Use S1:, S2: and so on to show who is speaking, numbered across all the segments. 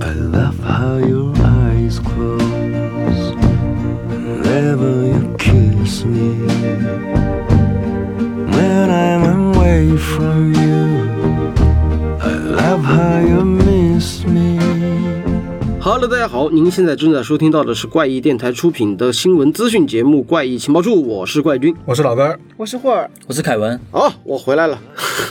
S1: I love how your eyes close whenever you kiss me. When I'm away from you, I love how you miss me.
S2: Hello，大家好，您现在正在收听到的是怪异电台出品的新闻资讯节目《怪异情报处》，我是怪军。
S3: 我是老根儿，
S4: 我是霍尔，
S5: 我是凯文，
S2: 哦，我回来了。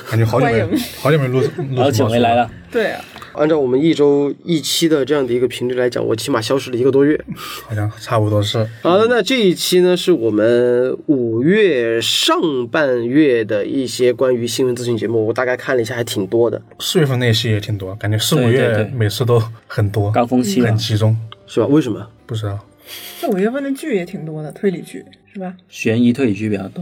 S3: 感觉好久没
S4: 欢迎
S3: 好久没 录录
S5: 好久没来了。
S4: 对啊，
S2: 按照我们一周一期的这样的一个频率来讲，我起码消失了一个多月。
S3: 好像差不多是
S2: 好的，那这一期呢，是我们五月上半月的一些关于新闻资讯节目，我大概看了一下，还挺多的，
S3: 四月份那期也挺多，感觉四五
S5: 对对
S3: 月
S5: 对
S3: 每次都很多，
S5: 高峰期了
S3: 很，集中。
S2: 是吧？为什么？
S3: 不知道，
S4: 这五月份的剧也挺多的，推理剧是吧？
S5: 悬疑推理剧比较多。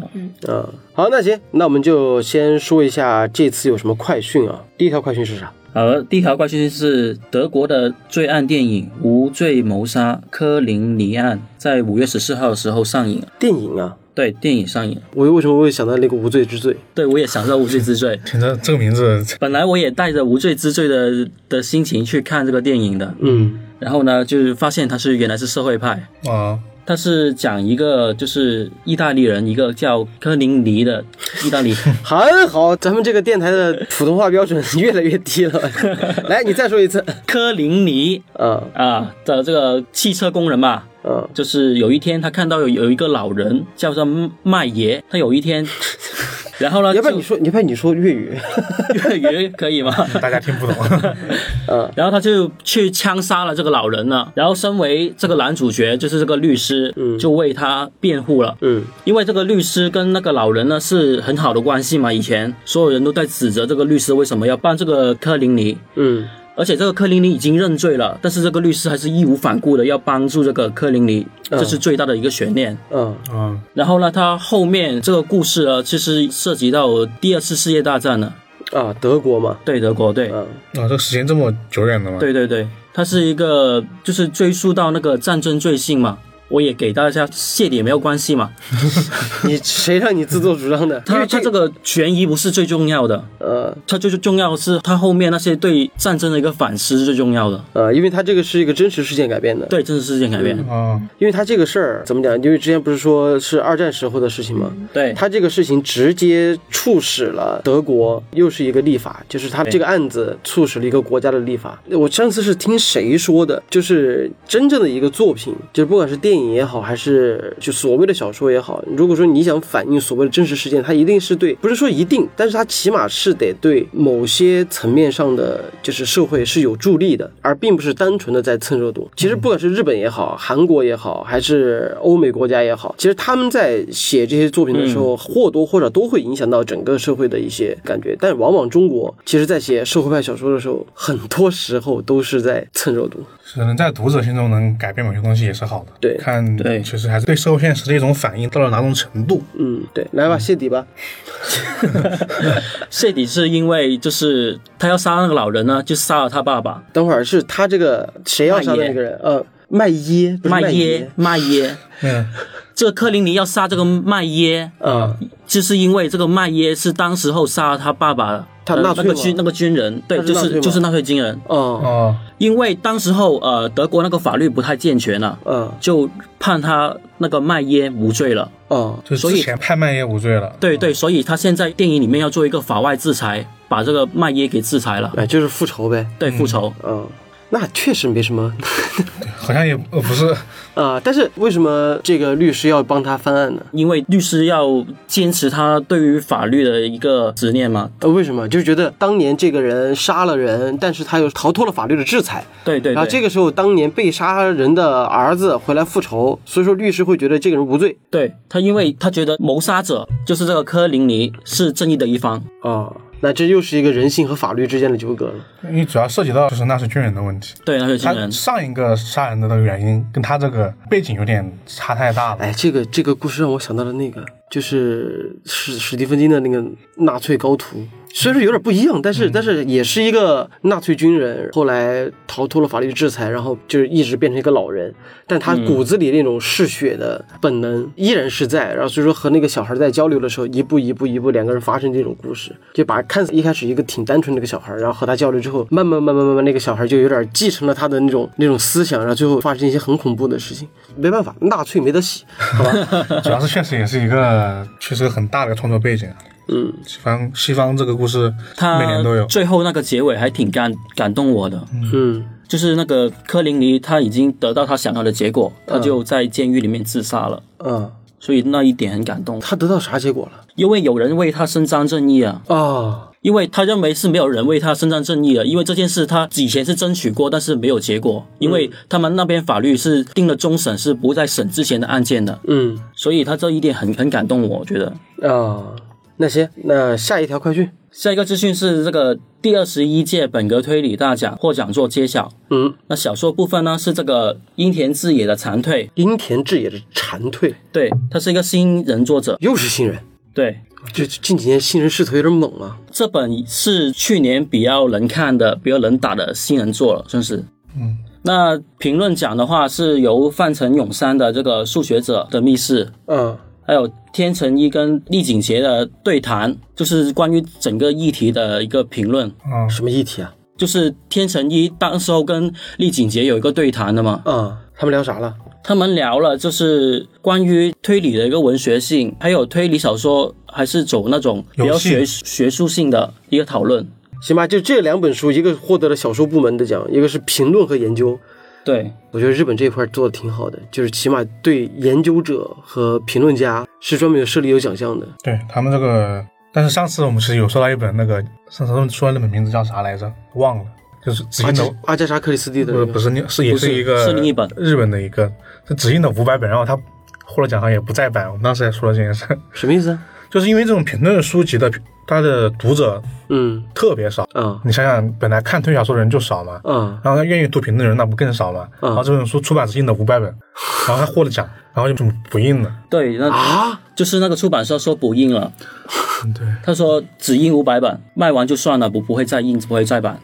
S2: 啊，好，那行，那我们就先说一下这次有什么快讯啊。第一条快讯是啥？
S5: 好了，第一条怪讯是德国的罪案电影《无罪谋杀科林尼案》在五月十四号的时候上映。
S2: 电影啊，
S5: 对，电影上映。
S2: 我为什么会想到那个无罪之罪？
S5: 对我也想到《无罪之罪》，
S3: 听着这个名字，
S5: 本来我也带着《无罪之罪的》的心情去看这个电影的。
S2: 嗯
S5: 然后呢，就是发现他是原来是社会派，
S3: 啊，
S5: 他是讲一个就是意大利人，一个叫科林尼的意大利。
S2: 很好，咱们这个电台的普通话标准越来越低 了。来，你再说一次。
S5: 科林尼
S2: 啊
S5: 啊的这个汽车工人吧，
S2: 啊，
S5: 就是有一天他看到有有一个老人叫做麦爷，他有 一天，然后呢，
S2: 要不然
S5: 就
S2: 你说，要不然你说粤语。
S5: 粤语可以吗？
S3: 大家听不懂。啊
S5: 然后他就去枪杀了这个老人了。然后身为这个男主角，就是这个律师，就为他辩护了。
S2: 嗯
S5: 因为这个律师跟那个老人呢是很好的关系嘛，以前所有人都在指责这个律师为什么要帮这个科林尼，
S2: 嗯
S5: 而且这个科林尼已经认罪了，但是这个律师还是义无反顾的要帮助这个科林尼，这是最大的一个悬念。
S2: 嗯
S3: 嗯，
S5: 然后呢，它后面这个故事呢，其实涉及到第二次世界大战了。
S2: 啊，德国嘛。
S5: 对，德国，对，
S2: 嗯
S3: 啊，这个时间这么久远了吗？，
S5: 对对对，它是一个就是追溯到那个战争罪行嘛。我也给大家泄底也没有关系嘛。
S2: 你谁让你自作主张的？
S5: 它它这个悬疑不是最重要的，
S2: 呃
S5: 它最最重要的是它后面那些对战争的一个反思是最重要的。
S2: 呃，因为它这个是一个真实事件改编的，
S5: 对，真实事件改编。
S3: 啊，
S2: 因为它这个事儿怎么讲？因为之前不是说是二战时候的事情吗？
S5: 对，
S2: 他这个事情直接促使了德国又是一个立法，就是他这个案子促使了一个国家的立法。我上次是听谁说的，就是真正的一个作品，就是不管是电影也好，还是就所谓的小说也好，如果说你想反映所谓的真实事件，它一定是对，不是说一定，但是它起码是得对某些层面上的就是社会是有助力的，而并不是单纯的在蹭热度。其实不管是日本也好，韩国也好，还是欧美国家也好，其实他们在写这些作品的时候，或多或少都会影响到整个社会的一些感觉。但往往中国其实在写社会派小说的时候，很多时候都是在蹭热度。
S3: 是能在读者心中能改变某些东西也是好的。
S2: 对
S3: 看
S5: 对
S3: 其实还是对社会现实的一种反应到了哪种程度。
S2: 嗯，对，来吧，谢底吧。
S5: 谢底是因为就是他要杀那个老人呢，就杀了他爸爸
S2: 等会儿是他这个谁要杀的那个人？呃，麦耶，不是
S5: 麦
S2: 耶
S5: 耶，麦耶。
S3: 嗯，
S5: 这个克林尼要杀这个麦耶，
S2: 啊，
S5: 就是因为这个麦耶是当时候杀了他爸爸的，
S2: 他
S5: 呃
S2: 纳粹
S5: 那个
S2: 吗
S5: 军那个军人，对，
S2: 他是
S5: 就
S2: 纳粹
S5: 是
S2: 吗
S5: 就是纳粹军人，
S2: 哦，
S3: 哦，
S5: 因为当时候呃德国那个法律不太健全了，
S2: 嗯，
S5: 就判他那个麦耶无罪了。
S2: 哦，
S3: 就
S5: 所
S3: 是
S5: 以
S3: 之前拍卖也无罪了。
S5: 对对，所以他现在电影里面要做一个法外制裁，把这个麦耶给制裁了，
S2: 哎，就是复仇呗。
S5: 对，复仇。
S2: 嗯，那确实没什么
S3: 好像也呃不是，
S2: 啊、但是为什么这个律师要帮他翻案呢？
S5: 因为律师要坚持他对于法律的一个执念嘛，
S2: 呃，为什么？就是觉得当年这个人杀了人，但是他又逃脱了法律的制裁，
S5: 对对
S2: 然
S5: 对，
S2: 后这个时候当年被杀人的儿子回来复仇，所以说律师会觉得这个人无罪。
S5: 对他，因为他觉得谋杀者就是这个科林尼是正义的一方，
S2: 哦，那这又是一个人性和法律之间的纠葛了。
S3: 因为主要涉及到就是纳粹军人的问题。
S5: 对纳粹军
S3: 他
S5: 人。
S3: 上一个杀人的那个原因跟他这个背景有点差太大了。
S2: 哎，这个这个故事让我想到了那个就是史史蒂芬金的那个纳粹高徒。虽然说有点不一样，但是、但是也是一个纳粹军人，后来逃脱了法律制裁，然后就是一直变成一个老人，但他骨子里那种嗜血的本能依然是在。然后所以说和那个小孩在交流的时候，一步一步一步两个人发生这种故事，就把看似一开始一个挺单纯的一个小孩，然后和他交流之后，慢慢慢慢慢慢那个小孩就有点继承了他的那种那种思想，然后最后发生一些很恐怖的事情。没办法，纳粹没得洗，好吧？
S3: 主要是确实也是一个，确实很大的一个创作背景啊。
S2: 嗯，
S3: 西方西方这个故事每年都有
S5: 他，最后那个结尾还挺感感动我的，
S2: 嗯
S5: 就是那个科林尼他已经得到他想要的结果，他就在监狱里面自杀了，
S2: 嗯，
S5: 所以那一点很感动，
S2: 他得到啥结果了？
S5: 因为有人为他伸张正义啊，
S2: 啊。
S5: 因为他认为是没有人为他伸张正义啊的，因为这件事他以前是争取过，但是没有结果，因为他们那边法律是定了终审是不再审之前的案件的，
S2: 嗯
S5: 所以他这一点很很感动我，我觉得。
S2: 啊，那行，那下一条快讯。
S5: 下一个资讯是这个第二十一届本格推理大奖获奖作揭晓。
S2: 嗯，
S5: 那小说部分呢是这个樱田智也的《蝉蜕》，
S2: 樱田智也的蝉蜕，
S5: 对，他是一个新人作者。
S2: 又是新人，
S5: 对，
S2: 就就近几年新人势头有点猛啊了。
S5: 这本是去年比较能看的、比较能打的新人作了，算是。
S3: 嗯，
S5: 那评论奖的话是由范成永山的这个《数学者的密室》
S2: 嗯
S5: 还有天成一跟丽景杰的对谈，就是关于整个议题的一个评论。
S3: 嗯，
S2: 什么议题啊？
S5: 就是天成一当时候跟丽景杰有一个对谈的嘛，
S2: 啊，他们聊啥了？
S5: 他们聊了就是关于推理的一个文学性，还有推理小说还是走那种比较
S3: 游戏
S5: 学学术性的一个讨论。
S2: 行吧，就这两本书，一个获得了小说部门的奖，一个是评论和研究。
S5: 对，
S2: 我觉得日本这一块做的挺好的，就是起码对研究者和评论家是专门有设立有奖项的。
S3: 对他们这个，但是上次我们其实有说到一本那个，上次他们说的那本名字叫啥来着？忘了，就是紫
S2: 阿
S3: 禁
S2: 加
S5: 啊
S3: 楼，
S2: 阿加莎克里斯蒂的
S3: 不是
S2: 那
S3: 不
S2: 个，
S3: 是那是也
S5: 不是
S3: 一个
S5: 是另一本
S3: 日本的一个，是紫禁的五百本，然后他获了奖，好像也不再版。我们当时也说了这件事，
S2: 什么意思啊？
S3: 就是因为这种评论书籍的，它的读者
S2: 嗯
S3: 特别少。
S2: 啊
S3: 你想想，本来看推理小说的人就少嘛，
S2: 啊
S3: 然后愿意读评论的人那不更少嘛。
S2: 嗯
S3: 然后这本书出版只印了五百本，然后他获了奖，然后就不印了。
S5: 对，那
S2: 啊！
S5: 就是那个出版社说不印了，
S3: 对，
S5: 他说只印五百本，卖完就算了，不不会再印，不会再版。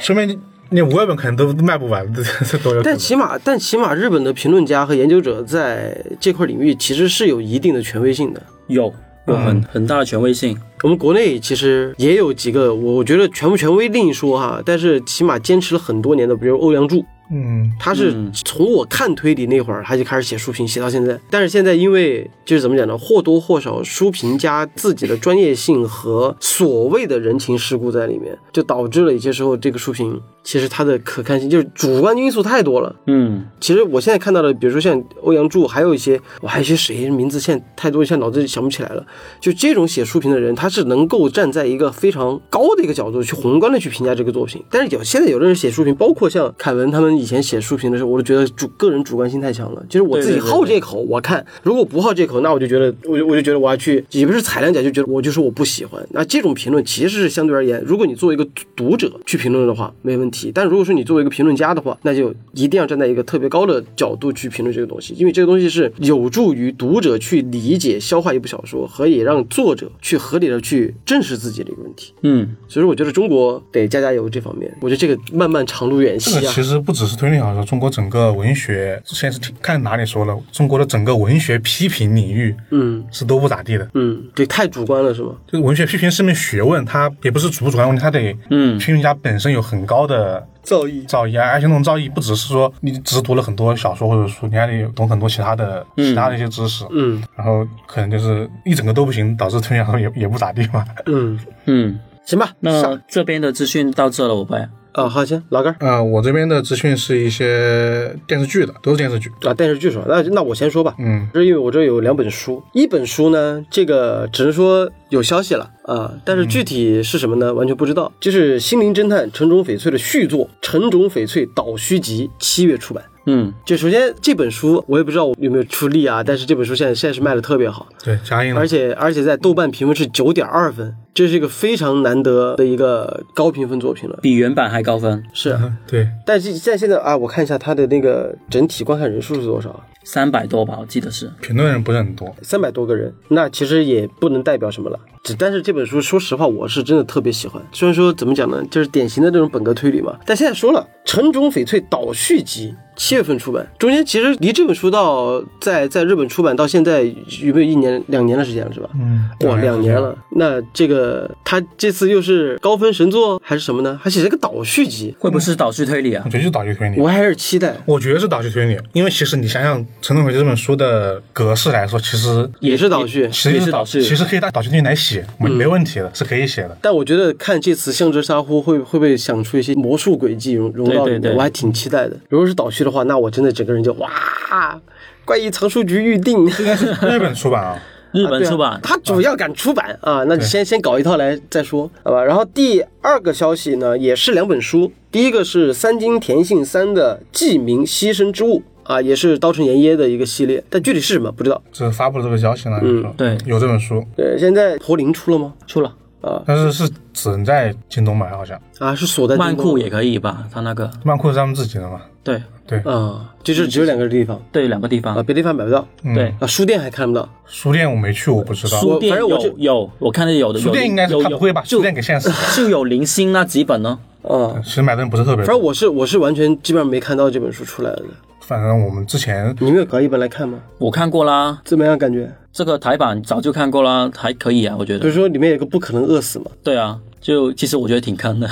S3: 说明你你五百本可能都卖不完，这 这都有可
S2: 但
S3: 能。
S2: 起码，但起码日本的评论家和研究者在这块领域其实是有一定的权威性的。
S5: 有有
S3: 嗯
S5: 很很大的权威性，
S2: 我们国内其实也有几个，我觉得权不权威另一说哈，但是起码坚持了很多年的，比如欧阳柱，
S3: 嗯，
S2: 他是从我看推理那会儿他就开始写书评，写到现在。但是现在因为就是怎么讲呢，或多或少书评家自己的专业性和所谓的人情世故在里面，就导致了有些时候这个书评其实它的可看性就是主观因素太多了。
S5: 嗯，
S2: 其实我现在看到的，比如说像欧阳柱，还有一些，我还有一些谁名字现在太多，现在脑子里想不起来了。就这种写书评的人，他是能够站在一个非常高的一个角度去宏观的去评价这个作品。但是有现在有的人写书评，包括像凯文他们以前写书评的时候，我都觉得主个人主观性太强了。就是我自己
S5: 对对对
S2: 好这口，我看如果不好这口，那我就觉得我就我就觉得我要去，也不是踩两脚，就觉得我就说我不喜欢。那这种评论其实是相对而言，如果你作为一个读者去评论的话，没问题。但如果说你作为一个评论家的话，那就一定要站在一个特别高的角度去评论这个东西，因为这个东西是有助于读者去理解、消化一部小说，和也让作者去合理的去正视自己的一个问题。
S5: 嗯，
S2: 所以说，我觉得中国得加加油这方面。我觉得这个漫漫长路远
S3: 这
S2: 兮
S3: 个
S2: 啊，
S3: 其实不只是推理小说，中国整个文学，之前是听看哪里说了，中国的整个文学批评领域
S2: 嗯
S3: 是都不咋地的。
S2: 嗯，对，太主观了是吗？
S3: 就是文学批评是门学问，它也不是主不主观问题，它得，
S5: 嗯
S3: 评论家本身有很高的
S2: 造诣
S3: 造诣，而而且那种造诣不只是说你只读了很多小说或者书，你还得懂很多其他的、其他的一些知识，
S2: 嗯
S3: 然后可能就是一整个都不行，导致推理小说也也不咋地嘛。
S2: 嗯，
S5: 嗯，
S2: 行吧，
S5: 那
S3: 啊
S2: 上
S5: 这边的资讯到这了，我拜。
S2: 啊，好，行，老根。
S3: 呃，我这边的资讯是一些电视剧的，都是电视剧。
S2: 啊，电视剧是吧？那那我先说吧，
S3: 嗯，
S2: 是因为我这有两本书，一本书呢，这个只能说有消息了啊，但是具
S3: 嗯
S2: 体是什么呢，完全不知道。就是《心灵侦探：城中翡翠》的续作《城中翡翠岛须集》，七月出版。
S5: 嗯，
S2: 就首先这本书我也不知道有没有出力啊，但是这本书现在现在是卖的特别好，
S3: 对，加印了
S2: 而，且而且在豆瓣评分是九点二分，这是一个非常难得的一个高评分作品了。
S5: 比原版还高分，
S2: 是，啊
S3: 嗯对，
S2: 但是现在现在啊，我看一下它的那个整体观看人数是多少，啊
S5: 三百多吧，我记得是。
S3: 评论人不是很多，
S2: 三百多个人，那其实也不能代表什么了。只但是这本书，说实话，我是真的特别喜欢。虽然说怎么讲呢，就是典型的这种本格推理嘛。但现在说了，《城中翡翠》导续集七月份出版，中间其实离这本书到在在日本出版到现在有没有一年两年的时间了，是吧？
S3: 嗯，
S2: 哇，两年，了。那这个他这次又是高分神作还是什么呢？还写了个导续集，
S5: 会不会是导叙推理啊
S3: 我？觉得就是导剧推理。
S2: 我还是期待。
S3: 我觉得是导剧推理，因为其实你想想《陈同学》这本书的格式来说，其实
S2: 也是导续，
S3: 其实
S5: 也是
S3: 导
S5: 导剧嗯
S3: 其实可以当导剧推理来写，没没问题的，是可以写的。
S2: 但我觉得看这次《相知沙呼》会会不会想出一些魔术轨迹融融到里面，
S5: 对对对
S2: 我还挺期待的。如果是导叙的话，那我真的整个人就哇！怪异藏书局预定，日
S3: 日本出版啊，
S5: 日本出版，
S2: 它主要敢出版啊，那你先先搞一套来再说，好吧？然后第二个消息呢，也是两本书，第一个是三津田信三的《记名牺牲之物》啊，也是刀城研耶的一个系列，但具体是什么不知道。
S3: 这发布了这个消息呢，就是说
S5: 嗯对
S3: 有这本书，
S2: 对，现在柏林出了吗？
S5: 出了，
S3: 但是是只能在京东买，好像
S2: 啊，是锁在
S5: 漫酷也
S2: 以
S5: 可以吧？他那个
S3: 漫酷是他们自己的嘛。
S5: 对
S3: 对，
S2: 啊，就这只有两个地方
S5: 对两个地方
S2: 啊，，别的地方买不到
S3: 嗯
S5: 对
S2: 啊，书店还看不到。
S3: 书店我没去，我不知道。
S5: 书店
S2: 反正我就
S5: 有有，我看见有的
S3: 书店应该是
S5: 有
S3: 它不会吧？
S5: 就
S3: 书店给 限时，
S5: 就有零星那几本呢。
S2: 啊，
S3: 其实买的人不是特别
S2: 反正
S3: 多。
S2: 我是我是完全基本上没看到这本书出来的。
S3: 反正我们之前
S2: 你们有搞一本来看吗？
S5: 我看过啦，
S2: 怎么样感觉？
S5: 这个台版早就看过啦，还可以啊，我觉
S2: 比如
S5: 得。
S2: 说里面有个不可能饿死嘛，
S5: 对啊，就其实我觉得 挺坑的，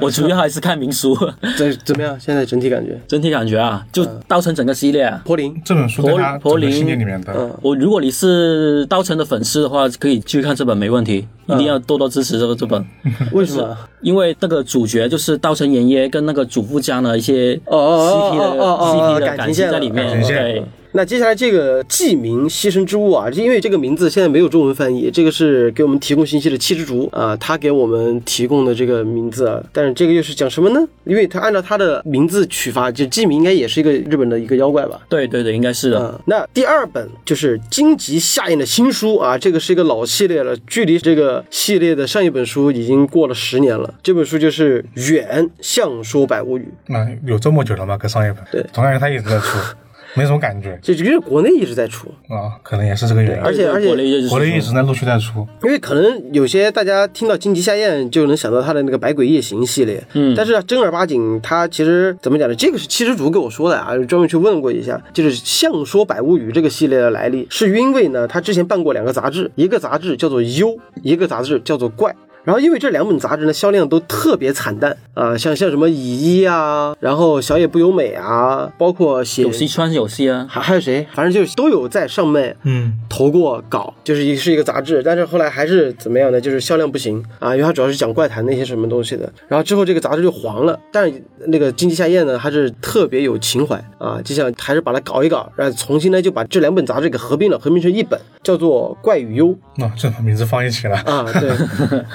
S5: 我主要还是看民俗，
S2: 怎怎么样？现在整体感觉？
S5: 整体感觉啊，就
S3: 嗯
S5: 刀城整个系列啊。
S2: 柏林
S3: 这本书在它
S5: 柏
S3: 整
S5: 林
S3: 个系列里面的，
S5: 我如果你是刀城的粉丝的话，可以去看这本没问题，
S3: 嗯
S5: 一定要多多支持这个这本，
S2: 为什么？
S5: 因为那个主角就是刀城研耶跟那个主妇家的一些
S2: 哦哦哦
S5: CP 的
S2: 哦哦哦
S5: CP 的
S2: 感情
S5: 感情
S2: 线
S5: 在里面
S3: 感，情线
S5: 对，
S2: 那接下来这个记名牺牲之物啊，因为这个名字现在没有中文翻译，这个是给我们提供信息的七之竹啊，他给我们提供的这个名字啊，但是这个又是讲什么呢？因为他按照他的名字取法，就记名应该也是一个日本的一个妖怪吧？
S5: 对对对，应该是的。
S2: 嗯，那第二本就是荆棘下咽的新书啊，这个是一个老系列了，距离这个系列的上一本书已经过了十年了。这本书就是《远相说百物语》，
S3: 那有这么久了吗？跟上一本，
S2: 对
S3: 总感觉它一直在出， 没什么感觉
S2: 这就是国内一直在出，
S3: 啊，可能也是这个原
S2: 而
S3: 因。
S2: 且
S5: 对
S2: 而且
S5: 国内就是
S3: 国内一直在陆续在出，
S2: 因为可能有些大家听到《荆棘下咽》就能想到他的那个《百鬼夜行》系列，嗯，但是啊正儿八经，他其实怎么讲呢？这个是七之竹给我说的啊，专门去问过一下，就是《相说百物语》这个系列的来历，是因为呢，他之前办过两个杂志，一个杂志叫做《幽》，一个杂志叫做《怪》。然后因为这两本杂志呢销量都特别惨淡啊、像像什么乙一啊，然后小野不由美啊，包括写
S5: 有西川有西啊，
S2: 还还有谁，反正就是都有在上面
S3: 嗯，
S2: 投过稿，就是一是一个杂志，但是后来还是怎么样呢？就是销量不行啊，因为它主要是讲怪谈那些什么东西的。然后之后这个杂志就黄了，但是那个金鸡夏宴呢，还是特别有情怀啊，就想还是把它搞一搞，然后重新呢就把这两本杂志给合并了，合并成一本，叫做《怪与幽》。
S3: 那这把名字放一起了，
S2: 啊，对。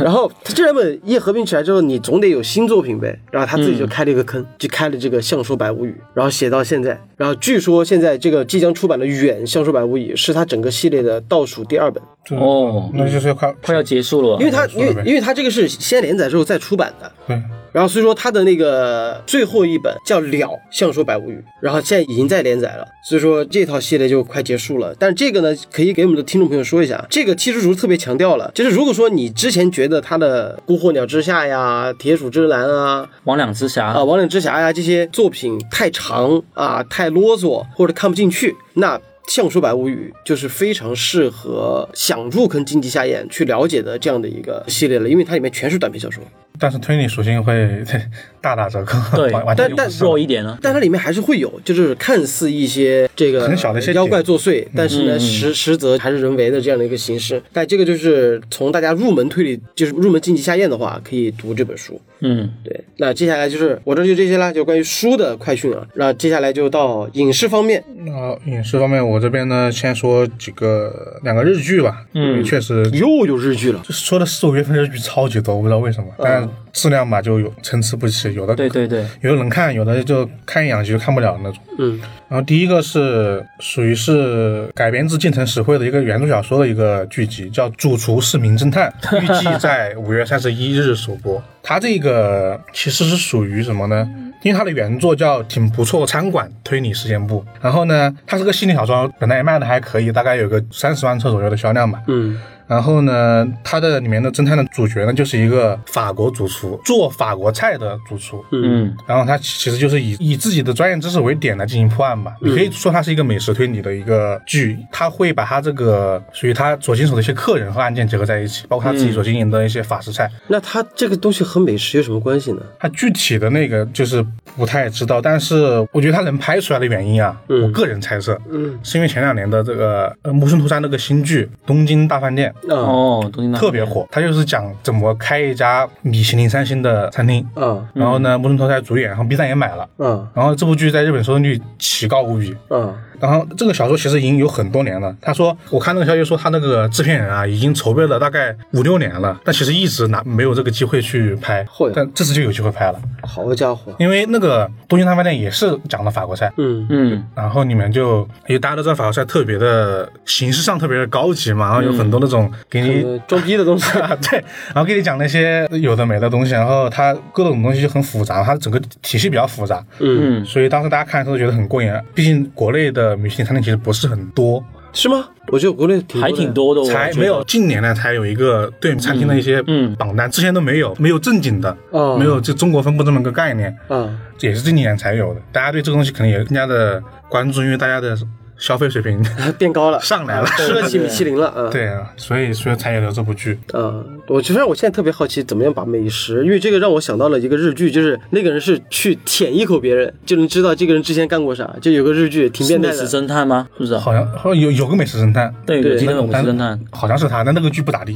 S2: 然后他这两本一合并起来之后，你总得有新作品呗。然后他自己就开了一个坑，就开了这个《相说百物语》，然后写到现在。然后据说现在这个即将出版的《远相说百物语》是他整个系列的倒数第二本，
S3: 就
S5: 哦
S3: 那就是快
S5: 快要结束
S2: 因
S5: 了
S2: 为。他因
S3: 说了
S2: 为
S3: 呗
S2: 因为他这个是先连载之后再出版的。
S3: 对，
S2: 然后所以说他的那个最后一本叫《了相说百物语》，然后现在已经在连载了，所以说这套系列就快结束了。但是这个呢，可以给我们的听众朋友说一下，这个七之竹特别强调了，就是如果说你之前觉得他的《孤火鸟之下》呀、《铁杵之蓝》啊、
S5: 王两之侠
S2: 啊，《亡灵之匣》呀这些作品太长啊、太啰嗦或者看不进去，那《相说百物语》就是非常适合想入坑荆棘下咽去了解的这样的一个系列了，因为它里面全是短篇小说。
S3: 但是推理属性会 大打折扣，
S5: 对
S3: 完完全
S2: 但
S3: 就不
S2: 但
S3: 是了
S5: 弱一点啊呢。
S2: 但它里面还是会有，就是看似一些这个
S3: 很小的一些点嗯
S2: 妖怪作祟，但是
S5: 嗯
S2: 呢，实实则还是人为的这样的一个形式。但这个就是从大家入门推理，就是入门晋级下咽的话，可以读这本书。
S5: 嗯，
S2: 对，那接下来就是我这就这些啦，就关于书的快讯啊。那接下来就到影视方面，
S3: 那影视方面，我我这边呢，先说几个两个日剧吧，嗯，确实
S2: 又有日剧了，
S3: 就是说的四五月份日剧超级多，我不知道为什么，但是质量吧就有参差不齐，有的
S5: 对对对，
S3: 有的能看，有的就看一两集就看不了那种。
S2: 嗯，
S3: 然后第一个是属于是改编自近藤实惠的一个原著小说的一个剧集，叫《主厨是名 侦探》，预计在五月三十一日首播。它这个其实是属于什么呢？因为它的原作叫《挺不错餐馆推理实验部》，然后呢，它是个系列小说，本来也卖的还可以，大概有个三十万册左右的销量吧。
S2: 嗯，
S3: 然后呢，它的里面的侦探的主角呢，就是一个法国主厨，做法国菜的主厨。
S5: 嗯
S3: 然后他其实就是以以自己的专业知识为点来进行破案吧，你可以说它是一个美食推理的一个剧，他会把他这个属于他所经手的一些客人和案件结合在一起，包括他自己所经营的一些法式菜。
S2: 那它这个东西和美食有什么关系呢？
S3: 他具体的那个就是不太知道，但是我觉得他能拍出来的原因啊，我个人猜测，
S2: 嗯，
S3: 是因为前两年的这个呃木村拓哉那个新剧《东京大饭店》
S2: 啊
S5: 哦，东京大
S3: 特别火，他就是讲怎么开一家米其林三星的餐厅。
S2: 啊
S3: 然后呢，木村拓哉主演，然后 B 站也买了，
S2: 啊
S3: 然后这部剧在日本收视率奇高无比。
S2: 啊！
S3: 然后这个小说其实已经有很多年了。他说，我看那个消息说他那个制片人啊，已经筹备了大概五六年了，但其实一直拿没有这个机会去拍
S2: 会啊。
S3: 但这次就有机会拍了，
S2: 好家伙，
S3: 因为那个《东京大饭店》也是讲的法国菜，
S2: 嗯
S5: 嗯
S3: 然后你们就因为大家都知道法国菜特别的形式上特别的高级嘛，然后有很多那种给你
S2: 呃装逼的 东西
S3: 啊， 对，然后给你讲那些有的没的东西，然后它各种东西就很复杂，它整个体系比较复杂，
S2: 嗯，
S5: 嗯，
S3: 所以当时大家看的时候觉得很过瘾。毕竟国内的米其林餐厅其实不是很多，
S2: 是吗？我觉得国内挺
S5: 还
S2: 的
S5: 挺，多的，我
S3: 才
S5: 觉得
S3: 没有近年来才有一个对餐厅的一些
S5: 嗯嗯
S3: 榜单，之前都没有，没有正经的，
S2: 哦
S3: 没有就中国分布这么个概念，
S5: 哦
S2: 啊，
S3: 也是近年才有的。大家对这个东西可能也更加的关注，因为大家的消费水 平
S2: 变高了，
S3: 上
S5: 啊
S3: 来了。
S2: 吃得起米其林了啊。
S3: 对啊，所以所以才有了这部剧。
S2: 啊，我其实我现在特别好奇，怎么样把美食，因为这个让我想到了一个日剧，就是那个人是去舔一口别人，就能知道这个人之前干过啥。就有个日剧挺
S5: 是
S2: 变态
S5: 美食
S2: 的，
S5: 侦探吗？是不是？啊
S3: 好像好像有有个美食侦探，
S5: 对，
S2: 对
S5: 有这个美
S3: 但
S5: 食侦探，
S3: 好像是他，但那个剧不咋地。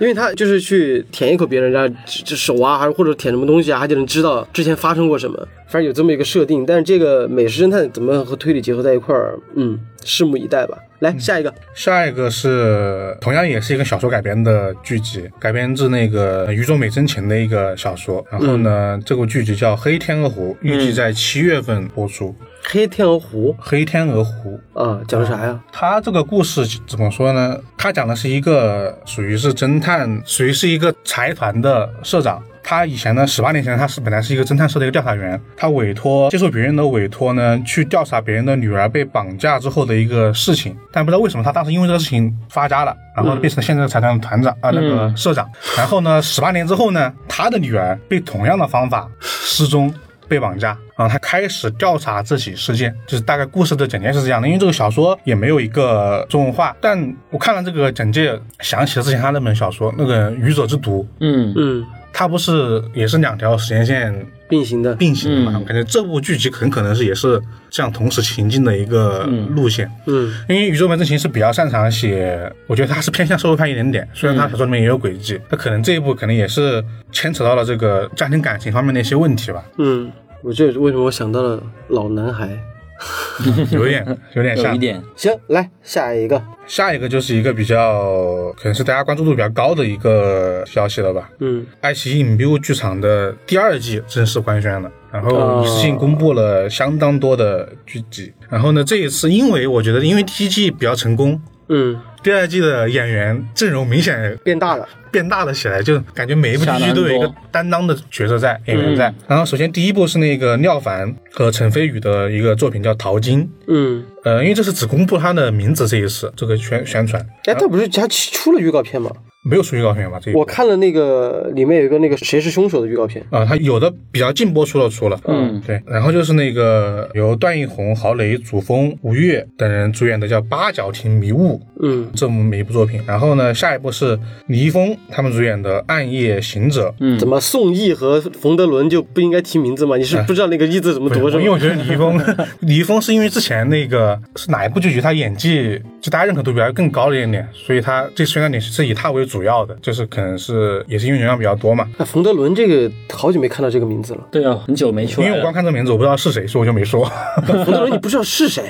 S2: 因为他就是去舔一口别人，然后这这手啊，还是或者舔什么东西啊，他就能知道之前发生过什么。反正有这么一个设定，但是这个美食侦探怎么和推理结合在一块儿，嗯，拭目以待吧。来下一个，
S3: 下一个是同样也是一个小说改编的剧集，改编自那个宇宙美真情的一个小说。然后呢，这部剧集叫《黑天鹅湖》，预计在七月份播出。
S2: 黑天鹅湖
S3: 黑天鹅湖》
S2: 啊，讲的啥呀？
S3: 它这个故事怎么说呢？它讲的是一个属于是侦探，属于是一个财团的社长。他以前呢，十八年前他是本来是一个侦探社的一个调查员，他委托接受别人的委托呢，去调查别人的女儿被绑架之后的一个事情。但不知道为什么他当时因为这个事情发家了，然后变成了现在的财团的团长啊、那个社长。然后呢，十八年之后呢，他的女儿被同样的方法失踪。被绑架，然后他开始调查这起事件，就是大概故事的简介是这样的。因为这个小说也没有一个中文化，但我看了这个简介，想起了之前他那本小说那个《愚者之毒》，
S5: 嗯
S2: 嗯，
S3: 它不是也是两条时间线
S2: 并行的，
S3: 并行的嘛？我感觉这部剧集很可能是也是这样同时行进的一个路线。
S2: 嗯
S3: 因为宇宙门真情是比较擅长写，我觉得他是偏向社会派一点点，虽然他小说里面也有轨迹，那、可能这一部可能也是牵扯到了这个家庭感情方面的一些问题吧，
S2: 嗯，我这为什么我想到了老男孩？
S3: 有一点有点像
S5: 有一。点，
S2: 行，来下一个，
S3: 下一个就是一个比较可能是大家关注度比较高的一个消息了吧？
S2: 嗯
S3: 爱奇艺 MU 剧场的第二季正式官宣了，然后一次性公布了相当多的剧集。然后呢，这一次因为我觉得，因为第一季比较成功，
S2: 嗯，
S3: 第二季的演员阵容明显
S2: 变大了，
S3: 变大了起来，就感觉每一部剧都有一
S5: 下了
S3: 个
S5: 很多
S3: 担当的角色在演员在。然后首先第一部是那个廖凡和陈飞宇的一个作品叫《淘金》，
S2: 嗯，
S3: 呃，因为这是只公布他的名字这一次，这个宣宣传
S2: 哎，他不是他出了预告片吗？
S3: 没有出预告片吧？这一部
S2: 我看了那个里面有一个那个谁是凶手的预告片，
S3: 啊，他有的比较近播出了出了，
S5: 嗯
S3: 对，然后就是那个由段奕宏、郝蕾、祖峰、吴越等人主演的叫《八角亭迷雾》
S2: 嗯
S3: 这么一部作品，然后呢，下一部是李易峰他们主演的《暗夜行者》。
S5: 嗯，
S2: 怎么宋轶和冯德伦就不应该提名字吗？你是不知道那个“一”字怎么
S3: 哎不是
S2: 读是
S3: 因为我
S2: 吗？
S3: 觉得李易峰，李易峰是因为之前那个是哪一部剧集，他演技就大家认可度比他更高了一点点，所以他这宣传点是以他为主要的，就是可能是也是因为流量比较多嘛。
S2: 那哎冯德伦这个好久没看到这个名字了。
S5: 对啊，很久没出
S3: 因
S5: 来
S3: 为我
S5: 了
S3: 光。看这名字，我不知道是谁，所以我就没说，
S2: 冯德伦你不知道是谁？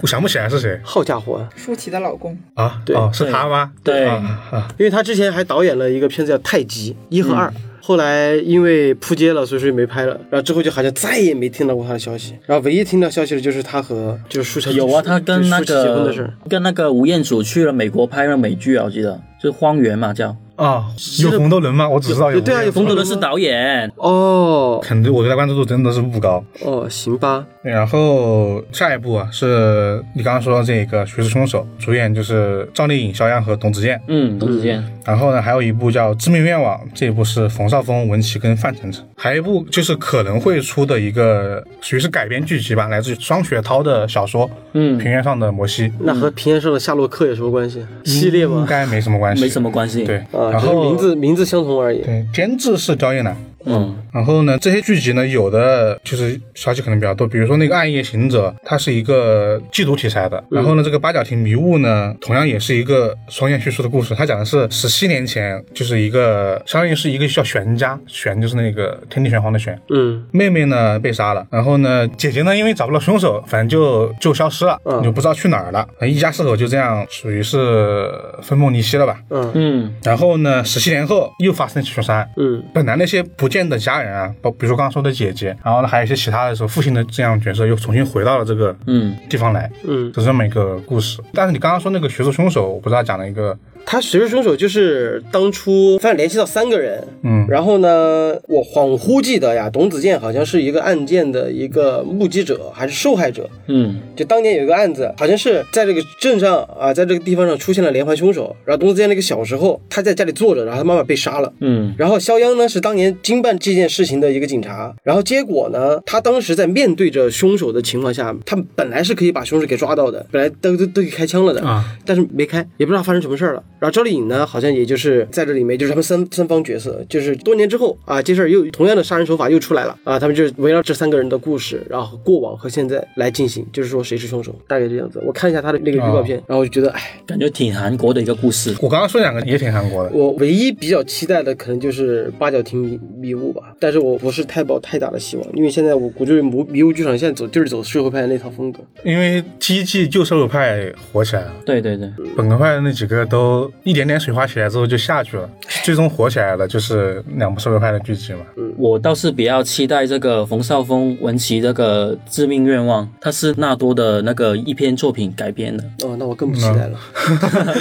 S3: 我想不起来是谁
S2: 好家伙，啊
S4: 舒淇的老公，
S3: 啊？
S2: 对
S3: 哦，是他吗？
S5: 对
S3: 啊啊，
S2: 因为他之前还导演了一个片子叫《太极》一和
S5: 嗯
S2: 二、后来因为扑街了，所以说没拍了。然后之后就好像再也没听到过他的消息。然后唯一听到消息的就是他和就是舒淇
S5: 有啊，他跟那
S2: 就是舒淇结婚的事
S5: 个
S2: 儿。
S5: 跟那个吴彦祖去了美国拍了美剧啊，我记得就是《荒原》嘛，叫
S3: 啊，有红豆人吗？我只知道有
S2: 对啊
S3: 红豆人
S2: 有
S5: 冯德伦是导演，
S2: 哦
S3: 可能我对他关注度真的是不高。
S2: 哦，行吧，
S3: 然后下一部啊，是你刚刚说到这个《谁是凶手》，主演就是赵丽颖、肖央和董子健。
S5: 嗯，董子健，
S3: 然后呢，还有一部叫《致命愿望》，这一部是冯绍峰、文琪跟范丞丞。还有一部就是可能会出的一个，属于是改编剧集吧，来自于双雪涛的小说《
S5: 嗯，
S3: 平原上的摩西》，
S2: 那和平原上的夏洛克有什么关系？系列
S3: 应
S2: 吗？
S3: 该没什么关系。
S5: 没什么关系，
S3: 对，
S2: 啊，
S3: 然
S2: 只是
S3: 后
S2: 名字名字相同而已。
S3: 对，监制是焦彦楠。
S5: 嗯，
S3: 然后呢，这些剧集呢，有的就是消息可能比较多，比如说那个《暗夜行者》，它是一个缉毒题材的。然后呢，这个《八角亭迷雾》呢，同样也是一个双线叙述的故事，它讲的是十七年前，就是一个相当于是一个叫玄家，玄就是那个天地玄黄的玄。
S2: 嗯，
S3: 妹妹呢被杀了，然后呢，姐姐呢因为找不到凶手，反正就就消失了，
S2: 嗯
S3: 就不知道去哪儿了。一家四口就这样属于是分崩离析了吧。
S5: 嗯
S3: 然后呢，十七年后又发生凶杀案，
S2: 嗯，
S3: 本来那些不见的家人啊，包比如说刚刚说的姐姐，然后呢还有一些其他的时候父亲的这样角色又重新回到了这个
S5: 嗯
S3: 地方来，
S2: 嗯
S3: 就这么一个故事。但是你刚刚说那个学术凶手，我不知道讲了一个，
S2: 他谁是凶手？就是当初反正联系到三个人，
S3: 嗯
S2: 然后呢，我恍惚记得呀，董子健好像是一个案件的一个目击者还是受害者，
S5: 嗯
S2: 就当年有一个案子，好像是在这个镇上啊，在这个地方上出现了连环凶手。然后董子健那个小时候，他在家里坐着，然后他妈妈被杀了。
S5: 嗯
S2: 然后肖央呢是当年经办这件事情的一个警察，然后结果呢，他当时在面对着凶手的情况下，他本来是可以把凶手给抓到的，本来都都都可以开枪了的
S3: 啊，
S2: 但是没开，也不知道发生什么事儿了。然后赵丽颖呢，好像也就是在这里面，就是他们三三方角色，就是多年之后啊，这事儿又同样的杀人手法又出来了啊，他们就是围绕这三个人的故事，然后过往和现在来进行，就是说谁是凶手，大概这样子。我看一下他的那个预告片，然后我就觉得，哎，
S5: 感觉挺韩国的一个故事，
S3: 我刚刚说两个也挺韩国的，
S2: 我唯一比较期待的可能就是八角亭迷迷雾吧，但是我不是太抱太大的希望，因为现在我估计迷迷雾剧场现在走就是走社会派那套风格。
S3: 因为第一季旧社会派火起来了，
S5: 对对对，
S3: 本科派的那几个都一点点水花起来之后就下去了，最终火起来的就是两部社会派的剧集嘛。
S5: 我倒是比较期待这个冯绍峰、文琪这个《致命愿望》，它是纳多的那个一篇作品改编的，
S2: 哦，那我更不期待了。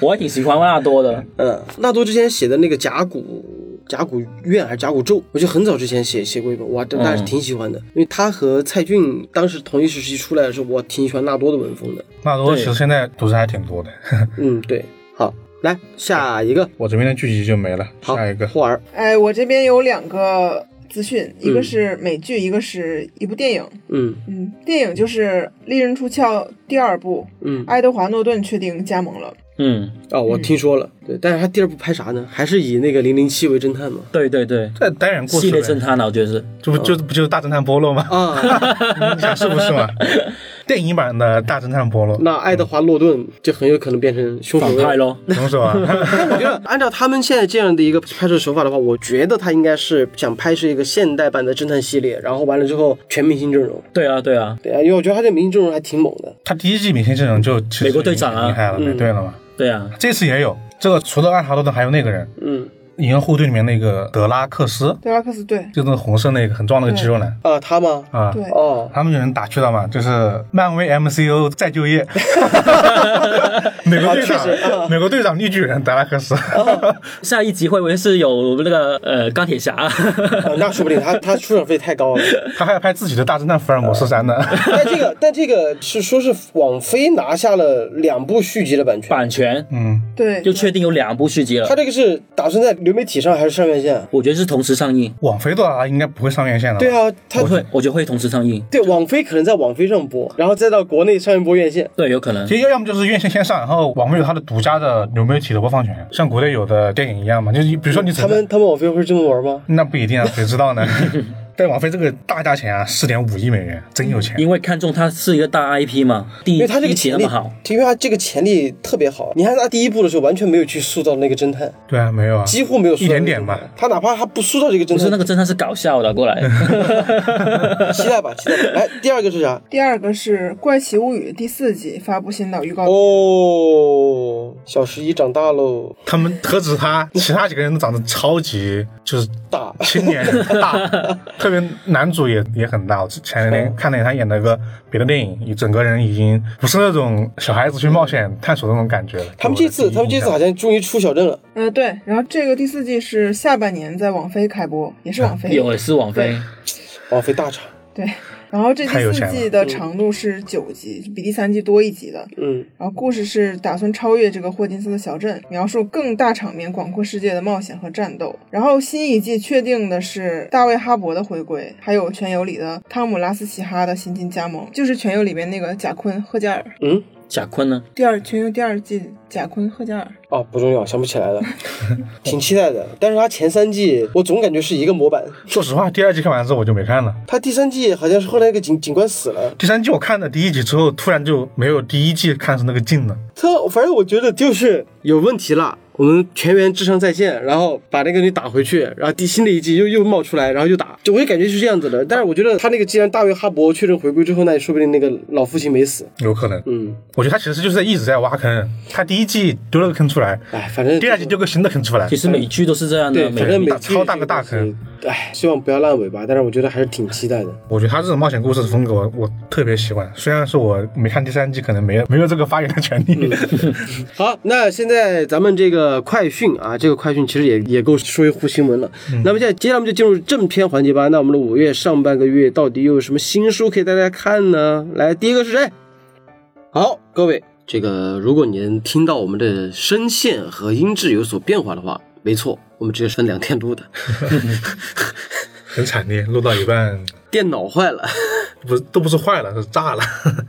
S5: 我还挺喜欢纳多的。
S2: 嗯，纳多之前写的那个甲骨甲骨院还是甲骨咒，我就很早之前写写过一本，哇，但
S5: 嗯
S2: 但是挺喜欢的，因为他和蔡骏当时同一时期出来的时候，我挺喜欢纳多的文风的。
S3: 纳多
S5: 对
S3: 其实现在读者还挺多的，
S2: 嗯，对，好，来下一个，
S3: 我这边的剧集就没了，
S2: 好，
S3: 下一个。
S2: 霍尔，
S4: 哎，我这边有两个资讯，一
S2: 嗯
S4: 个是美剧，一个是一部电影。
S2: 嗯
S4: 嗯，电影就是《利刃出鞘》第二部，
S2: 嗯，
S4: 爱德华诺顿确定加盟了。
S5: 嗯，
S2: 哦，我听说了，对，但是他第二部拍啥呢？还是以那个零零七为侦探吗？
S5: 对对对，
S3: 这单元故
S5: 系
S3: 事
S5: 列
S3: 呗
S5: 侦探啊，我觉得是。
S3: 这不就不就是大侦探波洛吗？
S2: 啊，
S3: 你想是不是嘛？电影版的大侦 探波洛，
S2: 那爱德华诺顿就很有可能变成凶手
S5: 反派喽，
S3: 凶手啊，
S2: 我觉得按照他们现在这样的一个拍摄手法的话，我觉得他应该是想拍摄一个现代版的侦探系列，然后完了之后全明星阵容。
S5: 对啊对啊
S2: 对啊，因为我觉得他这个明星阵容还挺猛的。
S3: 他第一季明星阵容就其实
S5: 美国队长啊
S3: 厉害了，美队了嘛。
S5: 对啊，
S3: 这次也有这个，除了爱华诺顿，还有那个人，
S2: 嗯，
S3: 银河护队里面那个德拉克斯，
S4: 德拉克斯对
S3: 就那个红色那个很壮那个肌肉男
S2: 啊，他吗？
S3: 啊。
S4: 对，
S2: 哦，
S3: 他们有人打趣了嘛，就是漫威 MCU 再就业，美国队
S2: 啊确实啊
S3: 长，美国队长绿巨人德拉克斯，
S5: 下一集会不会是有那个呃钢铁侠？
S2: 啊那说不定他他出场费太高了。
S3: 他还要拍自己的大侦探福尔摩斯三呢。
S2: 但这个但这个是说是网飞拿下了两部续集的版权，
S5: 版权
S3: 嗯，
S4: 对，
S5: 就确定有两部续集
S2: 他
S5: 了，
S2: 这个是打算在流媒体上还是上院线啊？
S5: 我觉得是同时上映，
S3: 网飞的话应该不会上院线了吧。
S2: 对啊，他
S5: 我会我觉得会同时上映，
S2: 对网飞可能在网飞上播，然后再到国内上映播院线。
S5: 对，有可能
S3: 其。实要要么就是院线先上，然后网飞有它的独家的流媒体的播放权，像国内有的电影一样嘛，就是比如说你只
S2: 他们他们网飞会这么玩吗？
S3: 那不一定啊，谁知道呢？但王菲这个大价钱啊，四点五亿美元，真有钱。
S5: 因为看中它是一个大 IP 嘛，第
S2: 因
S5: 一
S2: 为他这
S5: 第
S2: 个
S5: 一期
S2: 潜
S5: 那
S2: 力
S5: 么好，，
S2: 因为他这个潜力特别好。你看他第一部的时候完全没有去塑造那个侦探，
S3: 对啊，没有啊，
S2: 几乎没有塑
S3: 一
S2: 造那
S3: 点
S2: 个
S3: 点
S2: 侦
S3: 吧
S2: 探。他哪怕他不塑造这个侦
S5: 不是那
S2: 探，
S5: 个侦探是搞笑的 过来，
S2: 期待吧，期待吧。来，第二个是啥？
S4: 第二个是《怪奇物语》第四季发布先导预告，
S2: 哦，小十一长大喽，
S3: 他们何止他，其他几个人都长得超级就是
S2: 大
S3: 青年大，特别男主也也很大。我前两天看了他演那个别的电影，整个人已经不是那种小孩子去冒险探索那种感觉了。
S2: 他们这次，他们这次好像终于出小镇了。
S4: 呃，对，然后这个第四季是下半年在网飞开播，也是网飞，
S5: 有也是网飞，
S2: 王菲大厂，
S4: 对，然后这
S3: 太有
S4: 第
S3: 钱
S4: 四
S3: 了
S4: 季的长度是九集，比第三季多一集的。
S2: 嗯，
S4: 然后故事是打算超越这个霍金斯的小镇，描述更大场面、广阔世界的冒险和战斗。然后新一季确定的是大卫·哈勃的回归，还有《全游》里的汤姆·拉斯奇哈的新晋加盟，就是《全游》里面那个贾昆·赫加尔。
S2: 嗯
S5: 贾坤呢？
S4: 第二《全游》第二季贾昆·赫加尔，
S2: 哦，不重要，想不起 来了，挺期待的。但是他前三季我总感觉是一个模板，
S3: 说实话，第二季看完之后我就没看了。
S2: 他第三季好像是后来那个警警官死了，
S3: 第三季我看了第一集之后，突然就没有第一季看上那个劲了。
S2: 他反正我觉得就是有问题了。我们全员智商在线，然后把那个你打回去，然后第新的一季又又冒出来，然后又打，就我就感觉是这样子的。但是我觉得他那个既然大卫哈勃确认回归之后，那也说不定那个老父亲没死。
S3: 有可能，
S2: 嗯，
S3: 我觉得他其实就是在一直在挖坑。他第一季丢了个坑出来，
S2: 哎，反正
S3: 第二季丢个新的坑出来
S5: 嗯其。实美剧都是这样
S2: 对，
S5: 的，啊
S2: 反
S5: 美
S2: 正
S5: 剧
S2: 每
S3: 大超大个大坑。
S2: 哎，希望不要烂尾吧，但是我觉得还是挺期待的。
S3: 我觉得他这种冒险故事的风格我，我特别喜欢。虽然说我没看第三季，可能没有 没有这个发言的权
S5: 嗯
S3: 利。
S2: 好，那现在咱们这个快讯啊，这个快讯其实也也够说一户新闻了。那么现在接下来我们就进入正片环节吧。那我们的五月上半个月到底又有什么新书可以大家看呢？来，第一个是谁？好，各位，这个如果你能听到我们的声线和音质有所变化的话，没错，我们直接分两天录的，
S3: 很惨烈，录到一半
S2: 电脑坏了。
S3: 不都不是坏了，是炸了。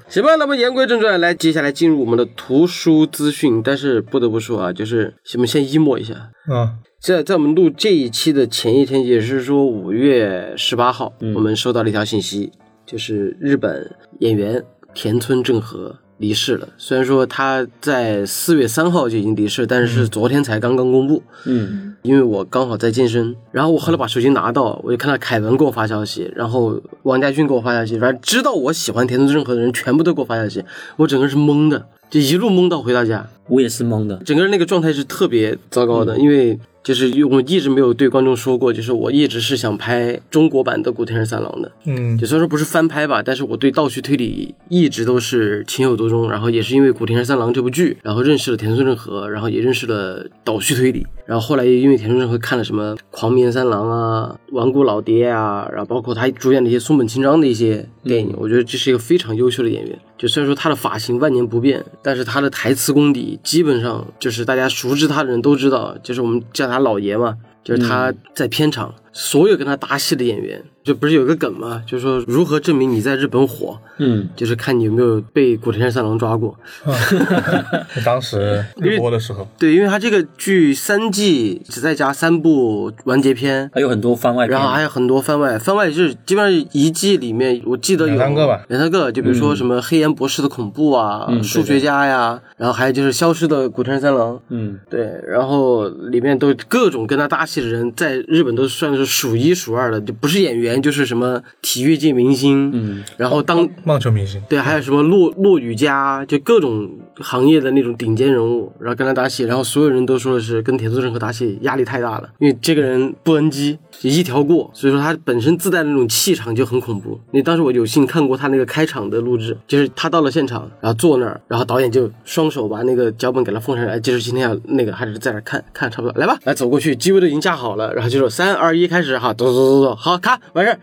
S2: 行吧，那么言归正传，来，接下来进入我们的图书资讯。但是不得不说啊，就是我们先 emo 一下，
S3: 嗯，
S2: 在在我们录这一期的前一天，也是说五月十八号，我们收到了一条信息，就是日本演员田村正和离世了。虽然说他在四月三号就已经离世，但是是昨天才刚刚公布。
S5: 嗯，
S2: 因为我刚好在健身，然后我后来把手机拿到，我就看到凯文给我发消息，然后王家俊给我发消息，反正知道我喜欢田村正和的人全部都给我发消息，我整个人是懵的，就一路懵到回到家。
S5: 我也是懵的。
S2: 整个人那个状态是特别糟糕的，因为就是因为我一直没有对观众说过，就是我一直是想拍中国版的古田十三郎的，
S3: 嗯
S2: 就虽然说不是翻拍吧，但是我对倒叙推理一直都是情有独钟，然后也是因为古田十三郎这部剧，然后认识了田村正和，然后也认识了倒叙推理，然后后来又因为田村正和看了什么《狂眠三郎》啊，《顽固老爹》啊，然后包括他主演的一些松本清张的一些电影，我觉得这是一个非常优秀的演员。就虽然说他的发型万年不变，但是他的台词功底基本上就是大家熟知他的人都知道，就是我们叫他老爷嘛，就是他在片场、所有跟他搭戏的演员，就不是有个梗吗？就是说如何证明你在日本火，
S5: 嗯，
S2: 就是看你有没有被古田三郎抓过。
S3: 当时热播的时候，
S2: 对，因为他这个剧三季只再加三部完结篇。
S5: 还有很多番外片，
S2: 然后还有很多番外，番外就是基本上一季里面，我记得有
S3: 两三个吧
S2: 两三个，就比如说什么黑岩博士的恐怖啊，
S5: 嗯
S2: 数学家呀，然后还有就是消失的古田三郎，
S5: 嗯，
S2: 对，然后里面都各种跟他搭戏的人，在日本都算是数一数二的，就不是演员就是什么体育界明星，嗯，然后
S5: 哦
S2: 当
S3: 棒球明星
S2: 对，啊还有什么落落雨家，就各种行业的那种顶尖人物，然后跟他搭戏，然后所有人都说的是跟田村正和搭戏压力太大了，因为这个人不恩基，一条过，所以说他本身自带的那种气场就很恐怖。你当时我有幸看过他那个开场的录制，就是他到了现场，然后坐那儿，然后导演就双手把那个脚本给他奉上来，哎就是今天要那个还是在那儿看看差不多，来吧，来走过去，机位都已经架好了，然后就说三二一开始哈，走走走走，好，咔完事儿。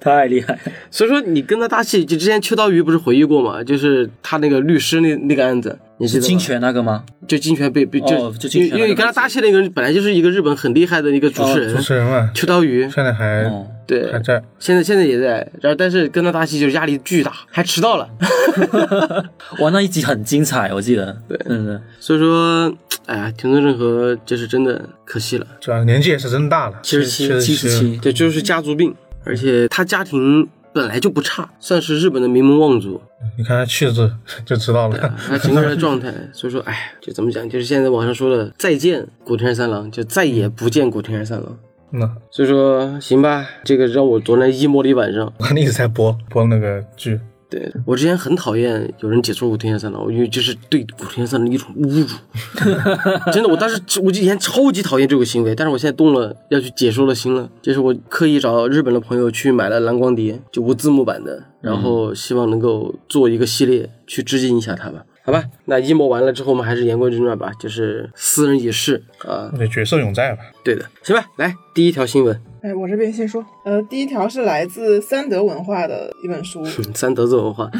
S5: 太厉害了。
S2: 所以说你跟他搭戏，就之前秋刀鱼不是回忆过嘛，就是他那个律师那那个案子，你记得吗
S5: 金泉那个吗？
S2: 就金泉被被就、
S5: 哦就金泉
S2: 因为因为你跟他搭戏那个人本来就是一个日本很厉害的一个主持人，
S3: 主持人嘛，
S2: 秋刀鱼，
S3: 现在还
S5: 哦，
S2: 对
S3: 还，在。
S2: 现在现在也在，然后但是跟他搭戏就是压力巨大，还迟到了，
S5: 哇，那一集很精彩，我记得。对，嗯，
S2: 所以说，哎呀，田村正和就是真的可惜了，
S3: 主要年纪也是真大了，
S2: 77
S5: 七十七，嗯
S2: 对，就是家族病。而且他家庭本来就不差，算是日本的名门望族，
S3: 你看他气质就知道了。
S5: 啊
S2: 他整个人的状态，所以说，哎，就怎么讲，就是现在网上说的再见古田三郎，就再也不见古田三郎。
S3: 那
S2: 所以说，行吧，这个让我昨天 emo 了一晚上。
S3: 我 看一直在播播那个剧，
S2: 对我之前很讨厌有人解说古田三郎，因为这是对古田三郎的一种侮辱。真的，我当时我以前超级讨厌这个行为，但是我现在动了要去解说的心了。就是我刻意找日本的朋友去买了蓝光碟，就无字幕版的，然后希望能够做一个系列去致敬一下他吧。好吧，那 emo 完了之后，我们还是言归正传吧，就是私人也是啊，
S3: 那就角色永在吧。
S2: 对的，行吧，来第一条新闻，
S4: 哎，我这边先说，呃，第一条是来自三德文化的一本书，
S2: 三德子文化，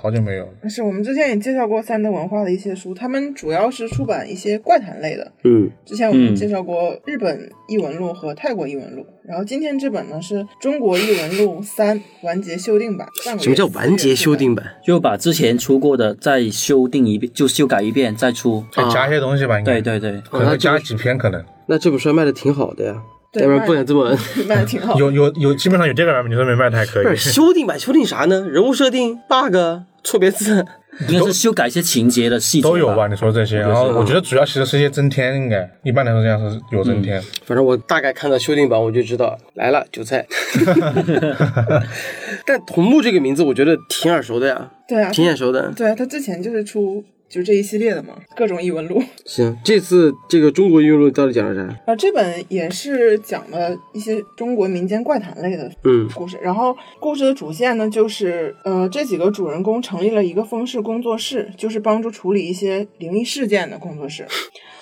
S3: 好久没有了，
S4: 是我们之前也介绍过三德文化的一些书，他们主要是出版一些怪谈类的。
S2: 嗯，
S4: 之前我们
S5: 嗯
S4: 介绍过日本异闻录和泰国异闻录，然后今天这本呢是中国异闻录三完结修订版。上个
S2: 什么叫
S4: 月
S2: 完结修？
S4: 四月出版
S2: 订版？
S5: 就把之前出过的再修订一遍，就修改一遍再出。
S3: 再加一些东西吧。应该
S5: 对，对对，
S3: 可能加几篇，可能
S2: 那这本书还卖的挺好的呀，
S4: 对
S2: 要不然 不敢这么。
S4: 卖的挺好。
S3: 有有有，基本上有这个版本，你说没卖的还可
S2: 不是
S3: 以。
S2: 修订版修订啥呢？人物设定、bug、错别字，
S5: 应该是修改一些情节的细节
S3: 都有啊
S5: 吧哦
S3: 吧？。你说这些，然后我觉得嗯主要其实是一些增添，应该一般来说这样是有增添。
S2: 反正我大概看到修订版我就知道来了韭菜。 但桐木这个名字我觉得挺耳熟的呀，
S4: 对啊，
S2: 挺眼熟的。
S4: 对啊，他之前就是出就这一系列的嘛，各种异闻录。
S2: 行，这次这个中国语录到底讲了啥？
S4: 啊，这本也是讲了一些中国民间怪谈类的
S2: 嗯
S4: 故事。然后故事的主线呢，就是呃，这几个主人公成立了一个风氏工作室，就是帮助处理一些灵异事件的工作室。